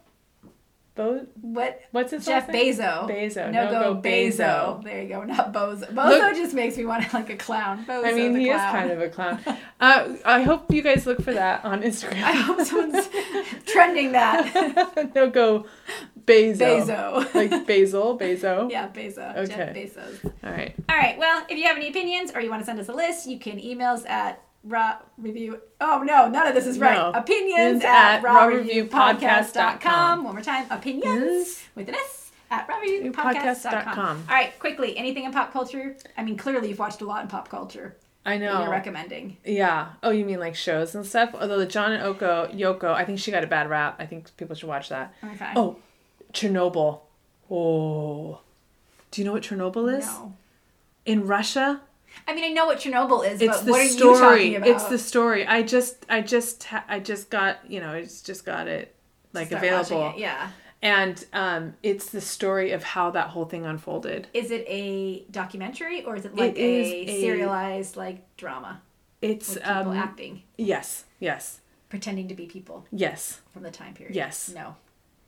B: Bo.
A: what?
B: What's his
A: Jeff
B: last name?
A: Bezos.
B: Bezo.
A: No, go, Bezo.
B: Bezo.
A: There you go. Not Bozo. Bozo
B: Look-
A: just makes me want to like a clown. Bozo
B: I mean,
A: the
B: he
A: clown.
B: is kind of a clown. Uh, I hope you guys look for that on Instagram.
A: I hope someone's trending that.
B: no go, Bezo.
A: Bezo.
B: Like basil, Bezo.
A: yeah, Bezo. Jeff
B: Okay.
A: Bezos.
B: All right.
A: All right. Well, if you have any opinions or you want to send us a list, you can email us at raw review. Oh no, none of this is right.
B: No.
A: Opinions
B: It's
A: at,
B: at
A: rawreviewpodcast.com.
B: rawreviewpodcast.com.
A: One more time, opinions with an S at rawreviewpodcast.com.
B: Podcast.com.
A: All right, quickly, anything in pop culture? I mean, clearly you've watched a lot in pop culture.
B: I
A: that
B: know.
A: You're recommending.
B: Yeah. Oh, you mean like shows and stuff? Although the John and Oko Yoko, I think she got a bad rap. I think people should watch that.
A: Okay.
B: Oh, Chernobyl. Oh. Do you know what Chernobyl is?
A: No.
B: In Russia,
A: I mean, I know what Chernobyl is,
B: it's
A: but
B: the
A: what are you
B: story.
A: talking about?
B: It's the story. I just, I just, ha- I just got, you know, it's just got it like
A: Start watching
B: available,
A: it, Yeah.
B: and um, it's the story of how that whole thing unfolded.
A: Is it a documentary or is it like
B: is
A: a,
B: a-
A: serialized like drama
B: It's
A: with people
B: um,
A: acting,
B: yes, yes,
A: pretending to be people
B: yes.
A: from the time period?
B: Yes.
A: No,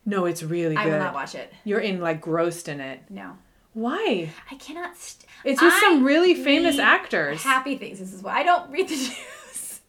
B: No, it's really
A: I
B: good.
A: will not watch it.
B: You're in like grossed in it.
A: No,
B: Why?
A: I cannot. St-
B: It's with
A: I
B: some really famous
A: read
B: actors.
A: Happy things. This is why I don't read the news.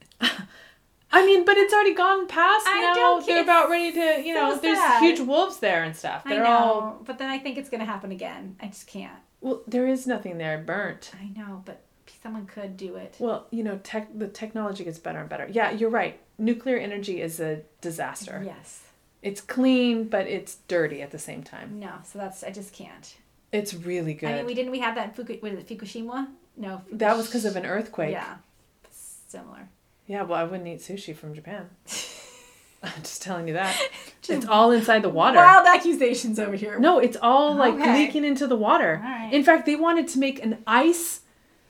B: I mean, but it's already gone past
A: I
B: now.
A: don't care.
B: They're about ready to, you know,
A: So
B: there's
A: sad.
B: huge wolves there and stuff.
A: I
B: They're
A: know,
B: all
A: but then I think it's gonna happen again. I just can't.
B: well. There is nothing there burnt.
A: I know, but someone could do it.
B: Well, you know, tech the technology gets better and better. Yeah, you're right. Nuclear energy is a disaster.
A: Yes.
B: It's clean, but it's dirty at the same time.
A: No. So that's I just can't.
B: It's really good.
A: I mean, we didn't we have that in Fuku- what is it, Fukushima? No.
B: that was because of an earthquake.
A: Yeah. Similar.
B: Yeah, Well, I wouldn't eat sushi from Japan. I'm just telling you that.
A: Just-
B: it's all inside the water.
A: Wild accusations over here.
B: No, it's all like
A: Okay.
B: leaking into the water.
A: All right.
B: In fact, they wanted to make an ice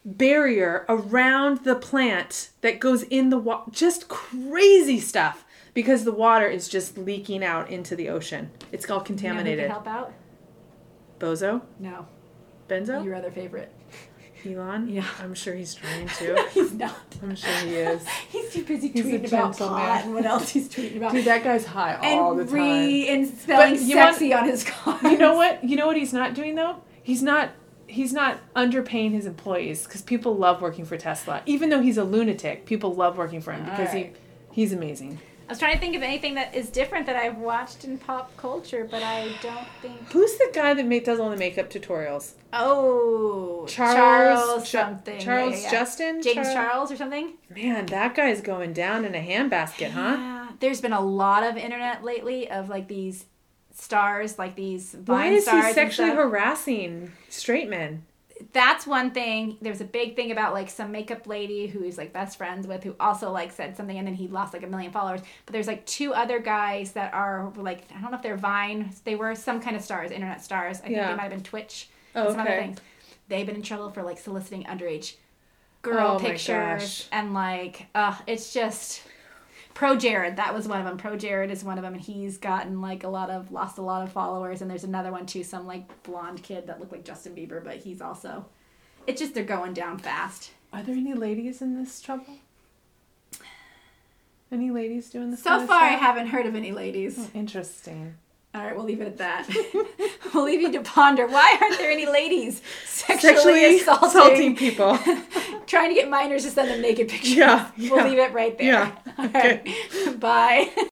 B: barrier around the plant that goes in the water. Just crazy stuff because the water is just leaking out into the ocean. It's
A: You know
B: all
A: who could
B: contaminated.
A: help out?
B: Bozo,
A: No,
B: Benzo,
A: your other favorite.
B: Elon.
A: Yeah.
B: I'm sure he's trying
A: No,
B: to.
A: he's not.
B: I'm sure he is.
A: He's too busy
B: He's a
A: tweeting about pot
B: gentleman.
A: and what else he's tweeting about.
B: Dude, that guy's high all the
A: and
B: time.
A: re and spelling
B: But you want-
A: sexy on his car.
B: You know what? You know what he's not doing though? He's not he's not underpaying his employees because people love working for Tesla. Even though he's a lunatic, people love working for him because
A: Alright.
B: he he's amazing.
A: I was trying to think of anything that is different that I've watched in pop culture, but I don't think.
B: Who's the guy that ma- does all the makeup tutorials?
A: Oh,
B: Charles
A: Charles
B: Ju-
A: something.
B: Charles
A: Yeah, yeah, yeah.
B: Justin?
A: James
B: Char-
A: Charles or something.
B: Man, that guy's going down in a handbasket, huh?
A: Yeah. There's been a lot of internet lately of like these stars, like these
B: Why
A: Vine
B: is
A: stars.
B: he
A: and
B: sexually
A: stuff.
B: harassing straight men?
A: that's one thing. There was a big thing about like some makeup lady who he's like best friends with, who also like said something, and then he lost like a million followers. But there's like two other guys that are like I don't know if they're Vine, they were some kind of stars, internet stars. I think
B: Yeah.
A: they might have been Twitch.
B: Oh,
A: and some other
B: okay.
A: things. They've been in trouble for like soliciting underage girl
B: Oh, my
A: pictures
B: gosh.
A: and like uh, it's just pro jared that was one of them pro jared is one of them and he's gotten like a lot of lost a lot of followers and there's another one too some like blonde kid that looked like justin bieber but he's also it's just they're going down fast
B: Are there any ladies in this trouble? Any ladies doing this? kind
A: so
B: of
A: far i
B: stuff?
A: haven't heard of any ladies
B: Interesting.
A: all right we'll leave it at that we'll leave you to ponder why aren't there any ladies sexually,
B: Sexually
A: assaulting,
B: assaulting people.
A: trying to get minors to send them naked pictures
B: Yeah,
A: we'll
B: yeah.
A: leave it right there
B: Yeah,
A: all right bye